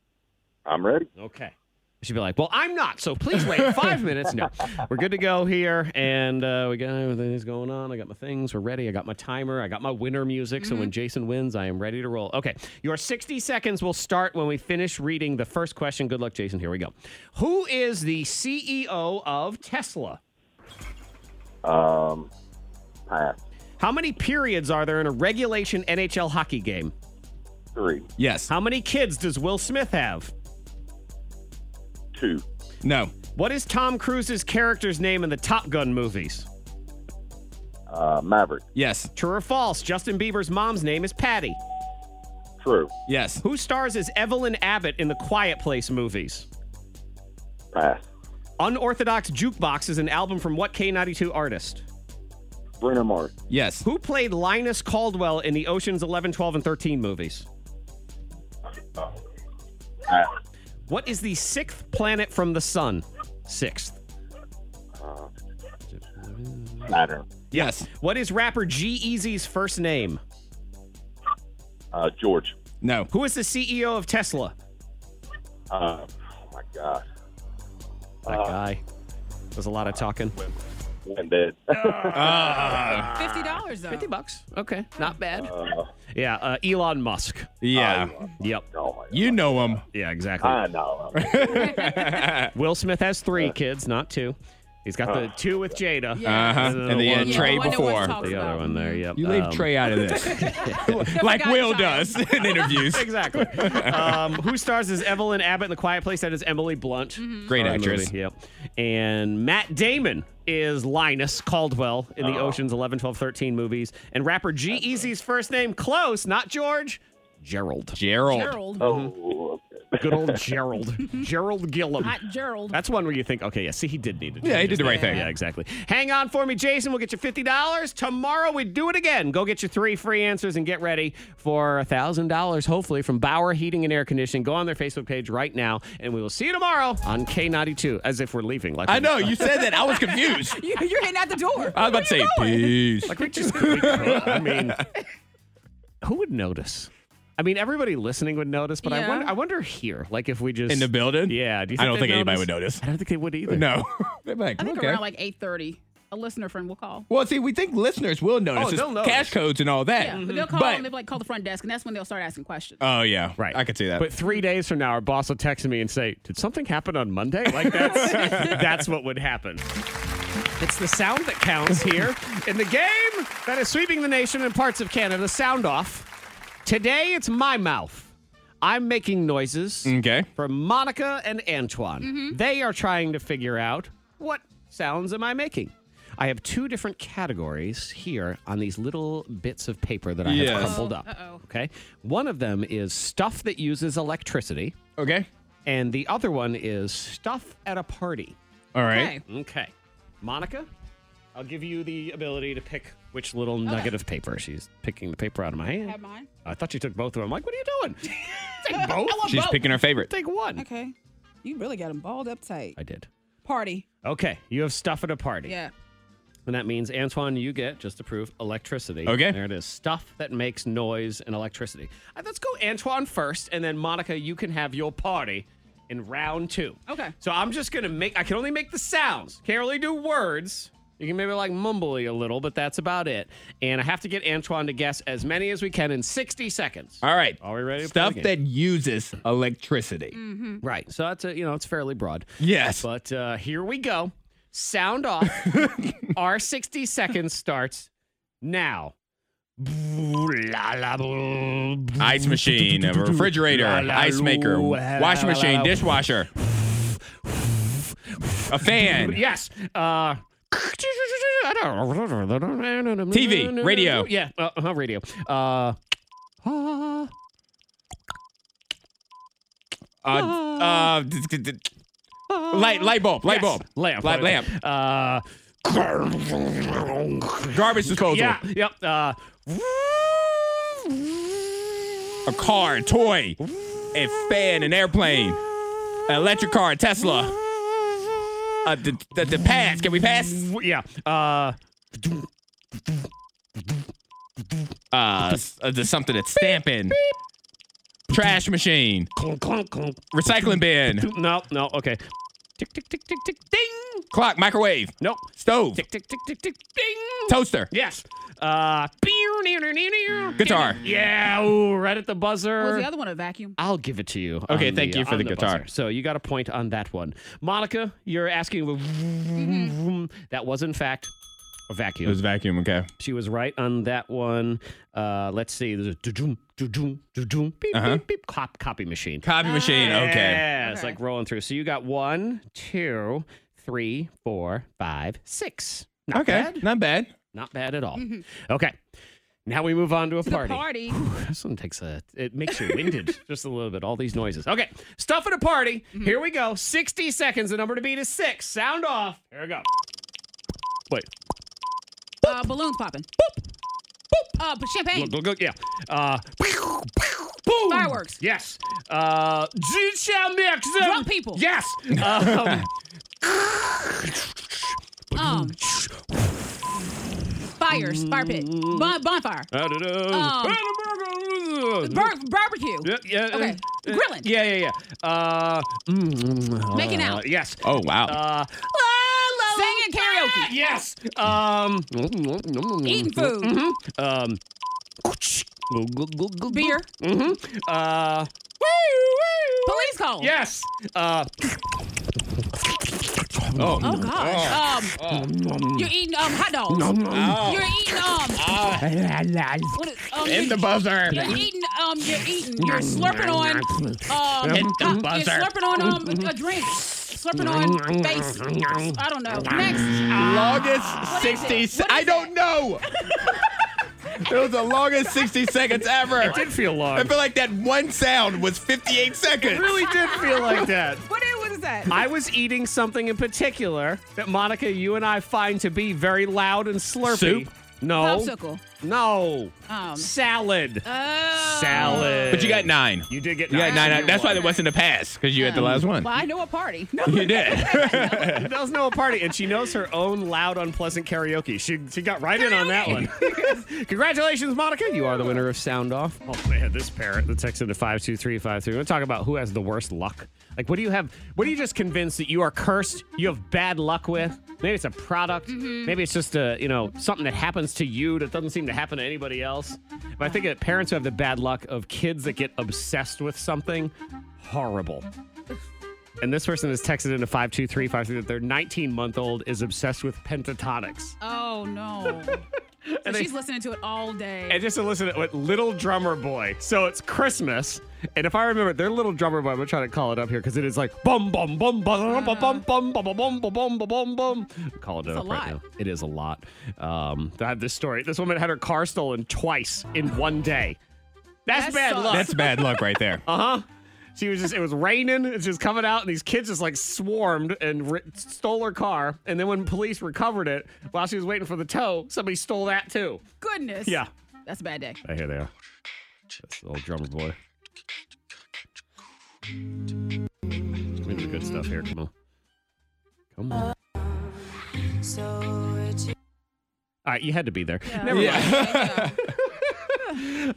Speaker 10: I'm ready.
Speaker 1: Okay. She'd be like, "Well, I'm not, so please wait five minutes."
Speaker 10: <laughs>
Speaker 1: No, we're good to go here, and uh, we got everything's going on. I got my things. We're ready. I got my timer. I got my winner music.
Speaker 10: Mm-hmm.
Speaker 1: So when Jason wins, I am ready to roll. Okay, your 60 seconds will start when we finish reading the first question. Good luck, Jason. Here we go. Who is the CEO of Tesla?
Speaker 10: Um, pass
Speaker 1: How many periods are there in a regulation NHL hockey game?
Speaker 10: three,
Speaker 4: Yes.
Speaker 1: How many kids does Will Smith have?
Speaker 10: two,
Speaker 4: No.
Speaker 1: What is Tom Cruise's character's name in the Top Gun movies?
Speaker 10: uh, Maverick,
Speaker 4: Yes.
Speaker 1: True or false? Justin Bieber's mom's name is Patty.
Speaker 10: true,
Speaker 4: Yes.
Speaker 1: Who stars as Evelyn Abbott in the Quiet Place movies?
Speaker 10: pass.
Speaker 1: Unorthodox Jukebox is an album from what K92 artist?
Speaker 10: Bruno Mars,
Speaker 4: Yes.
Speaker 1: Who played Linus Caldwell in the Oceans 11, 12, and 13 movies?
Speaker 10: pass.
Speaker 1: What is the sixth planet from the sun? Sixth.
Speaker 10: Saturn,
Speaker 4: Yes.
Speaker 1: What is rapper G Eazy's first name?
Speaker 10: uh, George.
Speaker 4: No.
Speaker 1: Who is the CEO of Tesla?
Speaker 10: Uh, oh my God,
Speaker 1: That guy. There's a lot of talking.
Speaker 10: went dead.
Speaker 4: Ah,
Speaker 5: Fifty dollars though.
Speaker 1: 50 bucks. Okay. Not bad. yeah. Uh, Elon Musk.
Speaker 4: Yeah.
Speaker 1: Yep.
Speaker 10: oh my God.
Speaker 4: You know him.
Speaker 1: Yeah, exactly. Uh,
Speaker 10: I know.
Speaker 1: Will Smith has three kids, not two. He's got the two with Jada.
Speaker 5: Yeah.
Speaker 4: Uh-huh.
Speaker 1: the
Speaker 4: And the
Speaker 1: one-
Speaker 4: end
Speaker 5: Yeah,
Speaker 4: Trey
Speaker 5: the one that was
Speaker 4: before.
Speaker 5: talked
Speaker 1: The
Speaker 5: about.
Speaker 1: other one there, yep.
Speaker 4: You leave
Speaker 1: Um,
Speaker 4: Trey out of
Speaker 1: <laughs>
Speaker 4: this.
Speaker 5: <laughs>
Speaker 4: like
Speaker 5: forgotten
Speaker 4: Will
Speaker 5: child.
Speaker 4: does in
Speaker 5: <laughs>
Speaker 4: interviews. <laughs>
Speaker 1: Exactly. um, who stars as Evelyn Abbott in The Quiet Place? That is Emily Blunt.
Speaker 4: Great
Speaker 1: Star of the
Speaker 4: actress.
Speaker 1: movie, Yep. And Matt Damon is Linus Caldwell in the Oceans 11, 12, 13 movies. And rapper G Eazy's first name, close, not George, Gerald.
Speaker 4: Gerald.
Speaker 5: Gerald,
Speaker 10: Oh, okay.
Speaker 1: Good
Speaker 4: <laughs>
Speaker 1: old Gerald. Gerald Gillum.
Speaker 5: not Gerald.
Speaker 1: That's one where you think, okay, yeah, see, he did need it.
Speaker 4: Yeah, he did the right
Speaker 1: Yeah,
Speaker 4: thing.
Speaker 1: Yeah, exactly. Hang on for me, Jason. We'll get you $50. Tomorrow we do it again. Go get your three free answers and get ready for $1,000, hopefully, from Bauer Heating and Air Conditioning. Go on their Facebook page right now, and we will see you tomorrow on K92, as if we're leaving. Like
Speaker 4: I know. You said that. I was confused.
Speaker 5: <laughs> You, <laughs> you're hitting at the door.
Speaker 4: I was about to say, peace.
Speaker 1: Like, we just, we could. <laughs> I mean, who would notice? I mean, everybody listening would notice, but I,
Speaker 5: Yeah.
Speaker 1: wonder, I wonder here, like, if we just.
Speaker 4: in the building?
Speaker 1: Yeah. Do you
Speaker 4: I don't
Speaker 1: they'd
Speaker 4: think anybody would notice.
Speaker 1: I don't think they would either.
Speaker 4: No. <laughs> They're like,
Speaker 5: I think
Speaker 4: okay.
Speaker 5: around like eight thirty, a listener friend will call.
Speaker 4: well, see, we think listeners will notice.
Speaker 1: Oh,
Speaker 4: It's
Speaker 1: they'll notice. Mm-hmm.
Speaker 4: cash codes and all that.
Speaker 5: Yeah, but they'll call
Speaker 4: Mm-hmm. But-
Speaker 5: and they'll be like call the front desk, and that's when they'll start asking questions.
Speaker 4: oh, yeah.
Speaker 1: Right.
Speaker 4: I could see that.
Speaker 1: But three days from now, our boss will text me and say, Did something happen on Monday? Like,
Speaker 4: <laughs>
Speaker 1: that's, that's what would happen. It's the sound that counts here in the game that is sweeping the nation and parts of Canada. Sound off. Today, it's my mouth. I'm making noises
Speaker 4: okay.
Speaker 1: from Monica and Antoine. They are trying to figure out what sounds am I making? I have two different categories here on these little bits of paper that I
Speaker 4: Yes.
Speaker 1: have crumpled up. Okay. One of them is stuff that uses electricity,
Speaker 4: Okay.
Speaker 1: and the other one is stuff at a party.
Speaker 4: All right.
Speaker 5: Okay.
Speaker 1: Okay. Monica, I'll give you the ability to pick which little nugget of paper. She's picking the paper out of my hand.
Speaker 5: Have mine.
Speaker 1: I thought you took both of them. I'm like, what are you doing? Take both?
Speaker 4: She's picking her favorite.
Speaker 1: Take one.
Speaker 5: Okay. You really got them balled up tight.
Speaker 1: I did.
Speaker 5: Party.
Speaker 1: Okay, you have stuff at a party.
Speaker 5: Yeah.
Speaker 1: And that means, Antoine, you get, just to prove, electricity.
Speaker 4: Okay.
Speaker 1: There it is. Stuff that makes noise and electricity. Uh, Let's go Antoine first, and then Monica, you can have your party in round two.
Speaker 5: Okay.
Speaker 1: So I'm just going to make, I can only make the sounds. Can't really do words. You can maybe like mumbly a little, but that's about it. And I have to get Antoine to guess as many as we can in 60 seconds.
Speaker 4: All right.
Speaker 1: Are we ready to play
Speaker 4: Stuff
Speaker 1: the game?
Speaker 4: that uses electricity.
Speaker 1: Right. So that's a, you know, it's fairly broad.
Speaker 4: Yes.
Speaker 1: But uh, here we go. Sound
Speaker 4: <laughs>
Speaker 1: off. Our 60 seconds starts now. La, la, boo.
Speaker 4: Ice machine, a refrigerator,
Speaker 1: La, la,
Speaker 4: ice maker,
Speaker 1: loo, la,
Speaker 4: washing
Speaker 1: la, la,
Speaker 4: machine,
Speaker 1: la.
Speaker 4: dishwasher, a
Speaker 1: <laughs>
Speaker 4: fan.
Speaker 1: Yes. Uh, <laughs> TV,
Speaker 4: radio.
Speaker 1: Yeah, uh, uh, radio. Uh, uh,
Speaker 4: Uh, uh, d- d- d- uh, light, light bulb, light bulb,
Speaker 1: Lamp.
Speaker 4: light lamp,
Speaker 1: lamp. Uh,
Speaker 4: garbage disposal,
Speaker 1: yeah, yep. Uh,
Speaker 4: a car, a toy, a fan, an airplane, an electric car, a Tesla. Uh, the, the, the pass, can we pass?
Speaker 1: yeah. Uh,
Speaker 4: Uh, s- uh, there's something that's stamping. trash machine,
Speaker 1: Clunk, clunk, clunk.
Speaker 4: recycling bin,
Speaker 1: No, no, okay. Tick, tick, tick, tick, tick, ding.
Speaker 4: clock, microwave,
Speaker 1: Nope.
Speaker 4: stove,
Speaker 1: Tick, tick, tick, tick, tick, ding.
Speaker 4: toaster.
Speaker 1: Yes. Uh, pew, near, near, near, near.
Speaker 4: Guitar.
Speaker 1: Yeah. Ooh, right at the
Speaker 5: What
Speaker 1: buzzer.
Speaker 5: was the other one? A vacuum.
Speaker 1: I'll give it to you.
Speaker 4: Okay,
Speaker 1: on
Speaker 4: thank you for
Speaker 1: on
Speaker 4: the guitar.
Speaker 1: buzzer. So you got a point on that one. Monica, you're asking.
Speaker 5: Mm-hmm.
Speaker 1: That was, in fact, a vacuum.
Speaker 4: vacuum, okay.
Speaker 1: She was right on that one. Uh, let's see. There's a do-doom, do-doom, do-doom, beep,
Speaker 4: Uh-huh.
Speaker 1: beep, beep, cop, copy machine.
Speaker 4: Copy machine, okay.
Speaker 1: Yeah, it's
Speaker 5: Okay.
Speaker 1: like rolling through. So you got one, two, three, four, five, six. Not
Speaker 4: okay,
Speaker 1: bad.
Speaker 4: not bad.
Speaker 1: Not bad at all. Okay. Now we move on to a
Speaker 5: Mm-hmm. To the
Speaker 1: party.
Speaker 5: party.
Speaker 1: Whew, <laughs> this one takes a, it makes you
Speaker 5: <laughs>
Speaker 1: winded just a little bit, all these noises. Okay. Stuff at a party.
Speaker 5: Mm-hmm.
Speaker 1: Here we go. 60 seconds. The number to beat is six. Sound off. Here we go. Wait.
Speaker 5: Uh, balloons popping. Uh, but champagne.
Speaker 1: Look, look, look, yeah. Uh, pew, pew, boom.
Speaker 5: Fireworks.
Speaker 1: Yes. Uh, Jude shall mix them.
Speaker 5: Drunk people. <laughs>
Speaker 1: Yes. Um,
Speaker 5: Um. Fires. Fire pit. Bon- bonfire.
Speaker 1: da-da-da.
Speaker 5: Um, Bur- barbecue.
Speaker 1: Yeah, yeah,
Speaker 5: Okay.
Speaker 1: uh,
Speaker 5: Grilling.
Speaker 1: Yeah, yeah, yeah. Uh, mm, mm,
Speaker 5: Making
Speaker 1: uh,
Speaker 5: out.
Speaker 1: Yes.
Speaker 4: Oh, wow.
Speaker 1: Uh,
Speaker 4: Uh,
Speaker 5: Singing karaoke.
Speaker 1: yes. Um,
Speaker 5: Eating food.
Speaker 4: Mm-hmm.
Speaker 1: Um,
Speaker 5: Beer.
Speaker 1: Mm-hmm. Uh,
Speaker 5: Police call.
Speaker 1: yes. Uh,
Speaker 4: oh,
Speaker 5: Oh gosh. Um, you're eating um hot dogs. You're eating um. What is, um
Speaker 4: in the
Speaker 5: you're,
Speaker 4: buzzer.
Speaker 5: you're eating um. You're eating. You're slurping on. Um.
Speaker 4: In the
Speaker 5: uh, you're
Speaker 4: buzzer.
Speaker 5: slurping on um a drink. Slurping on face. I don't know. Next.
Speaker 4: Longest
Speaker 5: is it?
Speaker 4: 60 se-
Speaker 5: What is
Speaker 4: I don't know. it was the longest 60 seconds ever.
Speaker 1: it did feel long.
Speaker 4: I feel like that one sound was 58 seconds.
Speaker 1: really did feel like that.
Speaker 5: What is, what is that?
Speaker 1: I was eating something in particular that Monica, you and I find to be very loud and slurpy.
Speaker 4: Soup?
Speaker 1: No.
Speaker 5: Popsicle.
Speaker 1: No.
Speaker 5: Um.
Speaker 1: Salad.
Speaker 5: Oh.
Speaker 1: Salad.
Speaker 4: But you got nine.
Speaker 1: You did get
Speaker 4: You got
Speaker 1: nine.
Speaker 4: nine. That's why there wasn't a pass because you had the last one.
Speaker 5: Well, I know a party. No.
Speaker 4: You did.
Speaker 1: <laughs> That was no party, and she knows her own loud, unpleasant karaoke. She she got right in on that one. <laughs> Congratulations, Monica. You are the winner of Sound Off. Oh man, this parrot. The text into five two three five three. We're talk about who has the worst luck. Like, what do you have? What are you just convinced that you are cursed? You have bad luck with? Maybe it's a product. Maybe it's just a you know something that happens to you that doesn't seem to happen to anybody else. But I think that parents who have the bad luck of kids that get obsessed with something, horrible. And this person has texted into 52353 that their 19 month old is obsessed with pentatonics.
Speaker 5: Oh no. So
Speaker 1: And they-
Speaker 5: she's listening to it all day.
Speaker 1: And just to listen to what Little Drummer Boy. So it's Christmas. And if I remember, their Little Drummer Boy, I'm going to try to call it up here because it is like bum, bum, bum, bum, bum, bum, bum, bum, bum, bum, bum, bum, bum, bum, bum. I'm Calling it
Speaker 5: That's
Speaker 1: up
Speaker 5: a
Speaker 1: right now.
Speaker 5: lot.
Speaker 1: It is a lot. Um, I have this story. This woman had her car stolen twice in one day. That's
Speaker 5: That
Speaker 1: bad
Speaker 5: sucks.
Speaker 1: luck.
Speaker 4: That's bad luck right there.
Speaker 1: She was just, it was raining. It's just coming out, and these kids just like swarmed and ri stole her car. And then when police recovered it while she was waiting for the tow, somebody stole that too.
Speaker 5: Goodness.
Speaker 1: Yeah.
Speaker 5: That's a bad day.
Speaker 1: I hear Uh, they are. That's the old drummer boy. We do good stuff here. Come on. Come on. All right, you had to be there. Never mind. <laughs>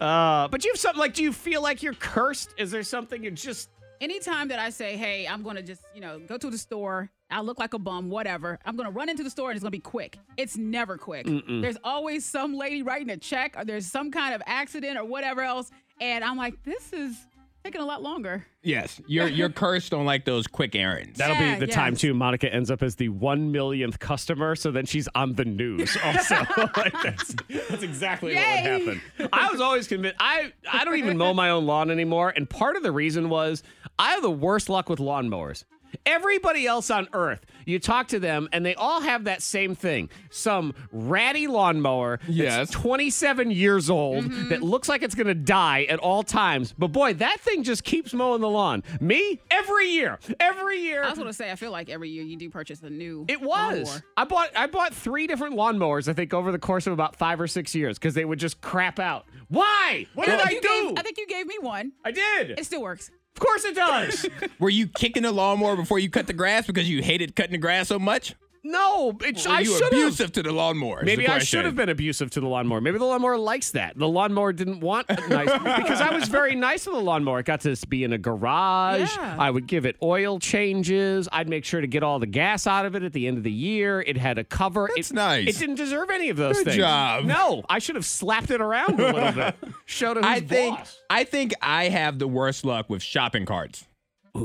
Speaker 1: Uh, but you have something like, do you feel like you're cursed? Is there something you're just.
Speaker 5: Anytime that I say, hey, I'm going to just, you know, go to the store, I look like a bum, whatever, I'm going to run into the store and it's going to be quick. It's never quick. There's always some lady writing a check or there's some kind of accident or whatever else. And I'm like, this is taking a lot longer.
Speaker 4: Yes,
Speaker 1: <laughs>
Speaker 4: you're you're cursed on like those quick errands.
Speaker 1: That'll
Speaker 5: Yeah,
Speaker 1: be the
Speaker 5: yeah.
Speaker 1: time too. Monica ends up as the one millionth customer, so then she's on the
Speaker 5: <laughs>
Speaker 1: news. Also, <laughs> like that's, that's exactly what
Speaker 5: Yay.
Speaker 1: would happen. I was always convinced. I I don't even mow my own lawn anymore, and part of the reason was I have the worst luck with lawnmowers. Everybody else on earth, you talk to them, and they all have that same thing: some ratty lawnmower
Speaker 4: Yes.
Speaker 1: that's 27 years old
Speaker 5: Mm-hmm.
Speaker 1: that looks like it's going to die at all times. But boy, that thing just keeps mowing the lawn. Me, every year, every year.
Speaker 5: I was going to say, I feel like every year you do purchase a new.
Speaker 1: It was.
Speaker 5: lawnmower.
Speaker 1: I bought I bought three different lawnmowers. I think over the course of about five or six years because they would just crap out. Why? What did I
Speaker 5: You
Speaker 1: do?
Speaker 5: gave- I think you gave me one.
Speaker 1: I did.
Speaker 5: It still works.
Speaker 1: of course it does.
Speaker 5: <laughs>
Speaker 4: Were you kicking the lawnmower before you cut the grass because you hated cutting the grass so much?
Speaker 1: No, it,
Speaker 4: Were
Speaker 1: I
Speaker 4: you
Speaker 1: should have.
Speaker 4: abusive to the lawnmower? is
Speaker 1: Maybe
Speaker 4: the
Speaker 1: I should
Speaker 4: question.
Speaker 1: have been abusive to the lawnmower. Maybe the lawnmower likes that. The lawnmower didn't want a
Speaker 4: <laughs>
Speaker 1: nice because I was very nice to the lawnmower. It got to be in a garage.
Speaker 5: Yeah.
Speaker 1: I would give it oil changes. I'd make sure to get all the gas out of it at the end of the year. It had a cover.
Speaker 4: That's
Speaker 1: it,
Speaker 4: nice.
Speaker 1: It didn't deserve any of those
Speaker 4: Good
Speaker 1: things.
Speaker 4: job.
Speaker 1: No, I should have slapped it around a little
Speaker 4: <laughs>
Speaker 1: bit. Showed him
Speaker 4: I
Speaker 1: who's
Speaker 4: think
Speaker 1: boss.
Speaker 4: I think I have the worst luck with shopping carts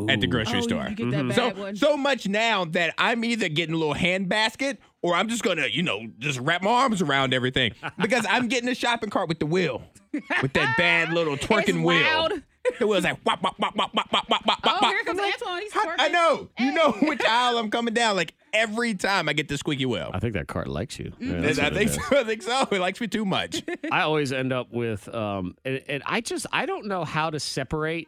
Speaker 4: at the grocery
Speaker 5: Oh,
Speaker 4: store.
Speaker 5: you get that bad
Speaker 4: Mm-hmm. So
Speaker 5: one.
Speaker 4: so much now that I'm either getting a little hand basket or I'm just gonna you know just wrap my arms around everything because I'm getting a shopping cart with the wheel, with that bad
Speaker 5: <laughs>
Speaker 4: little twerking wheel.
Speaker 5: loud.
Speaker 4: The wheel's like wop wop wop wop wop wop wop wop
Speaker 5: Oh,
Speaker 4: wop.
Speaker 5: here comes
Speaker 4: I'm like,
Speaker 5: Antoine. He's
Speaker 4: "How- I
Speaker 5: twerking."
Speaker 4: know. You know which aisle I'm coming down. Like every time I get the squeaky wheel.
Speaker 1: I think that cart likes you. Yeah, that's
Speaker 4: Mm. I
Speaker 1: what it
Speaker 4: think
Speaker 1: is.
Speaker 4: so. I think so. It likes me too
Speaker 5: <laughs>
Speaker 4: much.
Speaker 1: I always end up with, um, and, and I just I don't know how to separate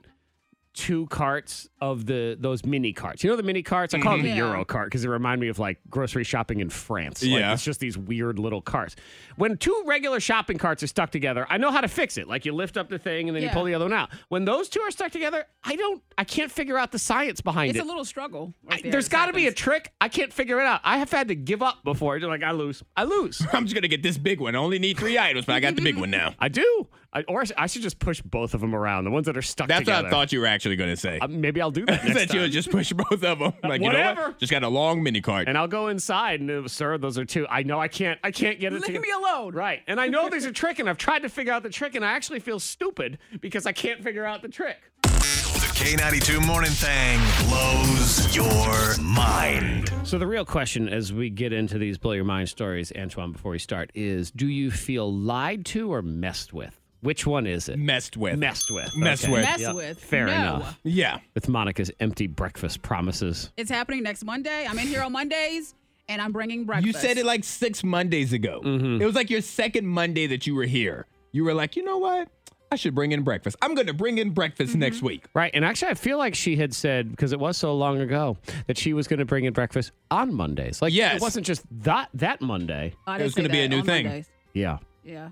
Speaker 1: two carts of the those mini carts. You know the mini carts. I call them the
Speaker 5: Mhm. Yeah.
Speaker 1: Euro cart because they remind me of like grocery shopping in France. Like,
Speaker 4: Yeah.
Speaker 1: it's just these weird little carts. When two regular shopping carts are stuck together, I know how to fix it. Like you lift up the thing and then you
Speaker 5: Yeah.
Speaker 1: pull the other one out. When those two are stuck together, I don't. I can't figure out the science behind
Speaker 5: It's
Speaker 1: it.
Speaker 5: a little struggle.
Speaker 1: I-
Speaker 5: Right there.
Speaker 1: there's
Speaker 5: It
Speaker 1: got to be a
Speaker 5: happens.
Speaker 1: trick. I can't figure it out. I have had to give up before. You're like I lose. I lose.
Speaker 4: I'm just gonna get this big one. I only need three items, but I got the big
Speaker 1: <laughs>
Speaker 4: one now.
Speaker 1: I do. I, or I sh- I should just push both of them around, the ones that are stuck
Speaker 4: That's
Speaker 1: together.
Speaker 4: what I thought you were actually going to say.
Speaker 1: Uh, maybe I'll do
Speaker 4: <laughs>
Speaker 1: that next
Speaker 4: that you
Speaker 1: time.
Speaker 4: would just push both of them. Like, You know
Speaker 1: Whatever.
Speaker 4: what? Just got a long mini cart.
Speaker 1: and I'll go inside and uh, sir, those are two. I know I can't. I can't get it.
Speaker 5: Leave
Speaker 1: together.
Speaker 5: me alone.
Speaker 1: Right. And I know there's
Speaker 5: <laughs>
Speaker 1: a trick, and I've tried to figure out the trick, and I actually feel stupid because I can't figure out the trick.
Speaker 2: The K92 Morning Thang blows your mind.
Speaker 1: So the real question, as we get into these blow your mind stories, Antoine, before we start, is: Do you feel lied to or messed with? Which one is it?
Speaker 4: messed with.
Speaker 1: Messed with.
Speaker 4: Messed with.
Speaker 5: Mess
Speaker 1: Yep.
Speaker 5: with.
Speaker 1: Fair
Speaker 5: No.
Speaker 1: enough.
Speaker 4: Yeah.
Speaker 1: With Monica's empty breakfast promises.
Speaker 5: It's happening next Monday. I'm in here on Mondays, and I'm bringing breakfast.
Speaker 4: You said it like six Mondays ago.
Speaker 1: Mm-hmm.
Speaker 4: It was like your second Monday that you were here. You were like, you know what? I should bring in breakfast. I'm going to bring in
Speaker 1: Mm-hmm.
Speaker 4: breakfast next week.
Speaker 1: Right. And actually, I feel like she had said, because it was so long ago, that she was going to bring in breakfast on Mondays. Like,
Speaker 4: Yes.
Speaker 1: it wasn't just that, that Monday.
Speaker 5: I
Speaker 4: It was
Speaker 5: didn't say
Speaker 4: gonna be a
Speaker 5: that
Speaker 4: new
Speaker 5: on
Speaker 4: thing.
Speaker 5: Mondays.
Speaker 1: Yeah.
Speaker 5: Yeah.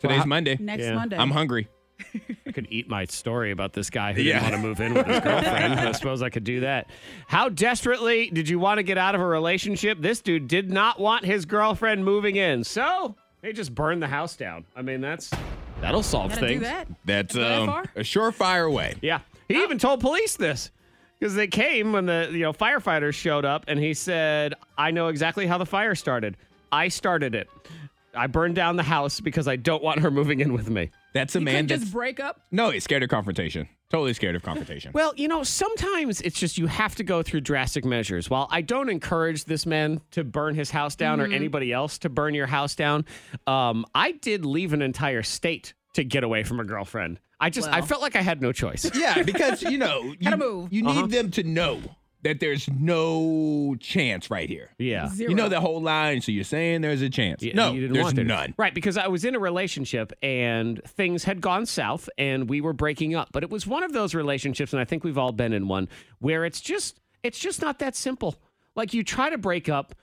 Speaker 4: Today's Monday.
Speaker 5: Next
Speaker 1: Yeah.
Speaker 5: Monday.
Speaker 4: I'm hungry.
Speaker 1: I could eat my story about this guy who
Speaker 4: Yeah.
Speaker 1: didn't want to move in with his girlfriend.
Speaker 4: <laughs>
Speaker 1: I suppose I could do that. How desperately did you want to get out of a relationship? This dude did not want his girlfriend moving in. So they just burned the house down. I mean, that's that'll solve
Speaker 5: Gotta
Speaker 1: things.
Speaker 5: do that.
Speaker 4: That's
Speaker 5: Go that
Speaker 4: um,
Speaker 5: far?
Speaker 4: a surefire way.
Speaker 1: Yeah. He even told police this because they came when the you know firefighters showed up and he said, "I know exactly how the fire started. I started it. I burned down the house because I don't want her moving in with me."
Speaker 4: That's a
Speaker 5: You
Speaker 4: man
Speaker 5: couldn't
Speaker 4: that's.
Speaker 5: just break up.
Speaker 4: no, he's scared of confrontation. Totally scared of confrontation.
Speaker 1: Well, you know, sometimes it's just you have to go through drastic measures. While I don't encourage this man to burn his house down or anybody else to burn your house down, um, I did leave an entire state to get away from a girlfriend. I just I
Speaker 5: Wow.
Speaker 1: felt like I had no choice.
Speaker 4: <laughs> Yeah, because you know you,
Speaker 5: <laughs> Gotta move.
Speaker 4: you need
Speaker 1: Uh-huh.
Speaker 4: them to know that there's no chance right here.
Speaker 1: Yeah.
Speaker 5: Zero.
Speaker 4: You know the whole line, so you're saying there's a chance.
Speaker 1: Yeah,
Speaker 4: no,
Speaker 1: you didn't
Speaker 4: there's
Speaker 1: want there to be.
Speaker 4: none.
Speaker 1: Right, because I was in a relationship and things had gone south and we were breaking up. But it was one of those relationships, and I think we've all been in one where it's just it's just not that simple. Like you try to break up,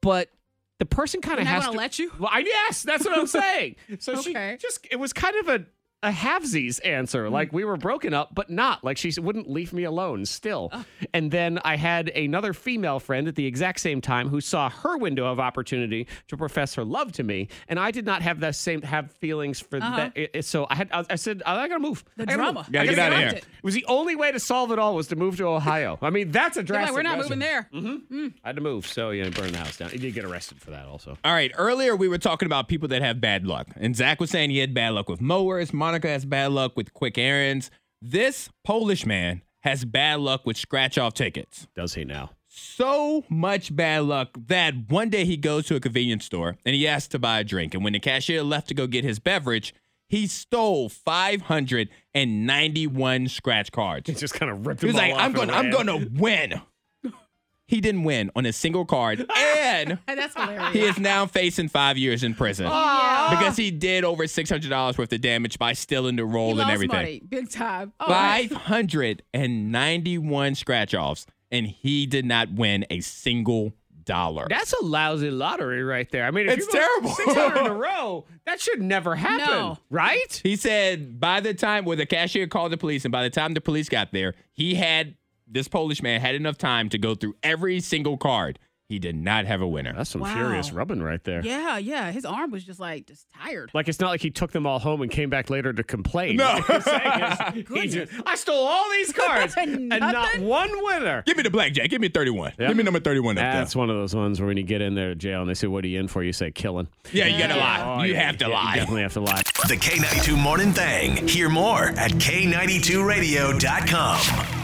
Speaker 1: but the person kind of
Speaker 5: They're not
Speaker 1: has
Speaker 5: gonna
Speaker 1: to
Speaker 5: let you?
Speaker 1: Well, I, yes, that's what I'm saying. So
Speaker 5: Okay. Mm.
Speaker 1: she just it was kind of a a halvesies answer. Like we were broken up, but not. Like she wouldn't leave me alone still.
Speaker 5: Ah.
Speaker 1: And then I had another female friend at the exact same time who saw her window of opportunity to profess her love to me, and I did not have that same have feelings for that. It- it- so I had I, I said I gotta move.
Speaker 5: Uh-huh. The
Speaker 1: I gotta
Speaker 5: drama.
Speaker 1: move.
Speaker 5: Gotta
Speaker 1: I
Speaker 4: get outta
Speaker 1: move."
Speaker 4: here.
Speaker 1: It was the only way to solve it all was to move to Ohio. I mean that's a
Speaker 5: They're
Speaker 1: drastic.
Speaker 5: like, we're not
Speaker 1: measure.
Speaker 5: moving there.
Speaker 1: I had to move, so yeah, burn the house down. You did get arrested for that also.
Speaker 4: All right, earlier we were talking about people that have bad luck. And Zach was saying he had bad luck with mowers, Monica has bad luck with quick errands. This Polish man has bad luck with scratch off tickets.
Speaker 1: Does he now?
Speaker 4: so much bad luck that one day he goes to a convenience store and he asks to buy a drink. And when the cashier left to go get his beverage, he stole 591 scratch cards.
Speaker 1: He <laughs> just kind of ripped
Speaker 4: He
Speaker 1: them
Speaker 4: was
Speaker 1: all
Speaker 4: like,
Speaker 1: off
Speaker 4: I'm
Speaker 1: and
Speaker 4: gonna, I'm
Speaker 1: ran."
Speaker 4: gonna win. <laughs> He didn't win on a single card, and
Speaker 5: Hey,
Speaker 4: <laughs>
Speaker 5: that's hilarious.
Speaker 4: he is now facing five years in prison
Speaker 5: Yeah.
Speaker 4: because he did over six hundred dollars worth of damage by stealing the
Speaker 5: He
Speaker 4: roll
Speaker 5: lost
Speaker 4: and everything.
Speaker 5: money, big time. Oh,
Speaker 4: Five hundred and ninety-one scratch-offs, and he did not win a single dollar.
Speaker 1: <laughs> That's a lousy lottery right there. I mean, if
Speaker 4: It's
Speaker 1: you're
Speaker 4: terrible.
Speaker 1: Six hundred <laughs> in a row. That should never happen,
Speaker 5: No.
Speaker 1: right?
Speaker 4: he said by the time where the cashier called the police, and by the time the police got there, he had this Polish man had enough time to go through every single card. He did not have a winner.
Speaker 1: That's some
Speaker 5: Wow.
Speaker 1: furious rubbing right there.
Speaker 5: <laughs> Yeah, yeah. His arm was just like just tired.
Speaker 1: Like it's not like he took them all home and came back later to complain.
Speaker 4: No.
Speaker 1: What <laughs> he's saying is, he just, I stole all <laughs> these cards and not
Speaker 5: Nothing?
Speaker 1: one winner.
Speaker 4: Give me the blackjack. Give me 31.
Speaker 1: Yeah.
Speaker 4: Give me number 31 up
Speaker 1: That's one of those ones where when you get in there jail and they say, "What are you in for?" You say, "Killing."
Speaker 4: there. Yeah, you gotta
Speaker 1: Oh,
Speaker 4: lie. You
Speaker 1: yeah,
Speaker 4: have to
Speaker 1: yeah, You
Speaker 4: lie.
Speaker 1: definitely have to lie.
Speaker 2: The K92 Morning Thang. Hear more at K92Radio.com.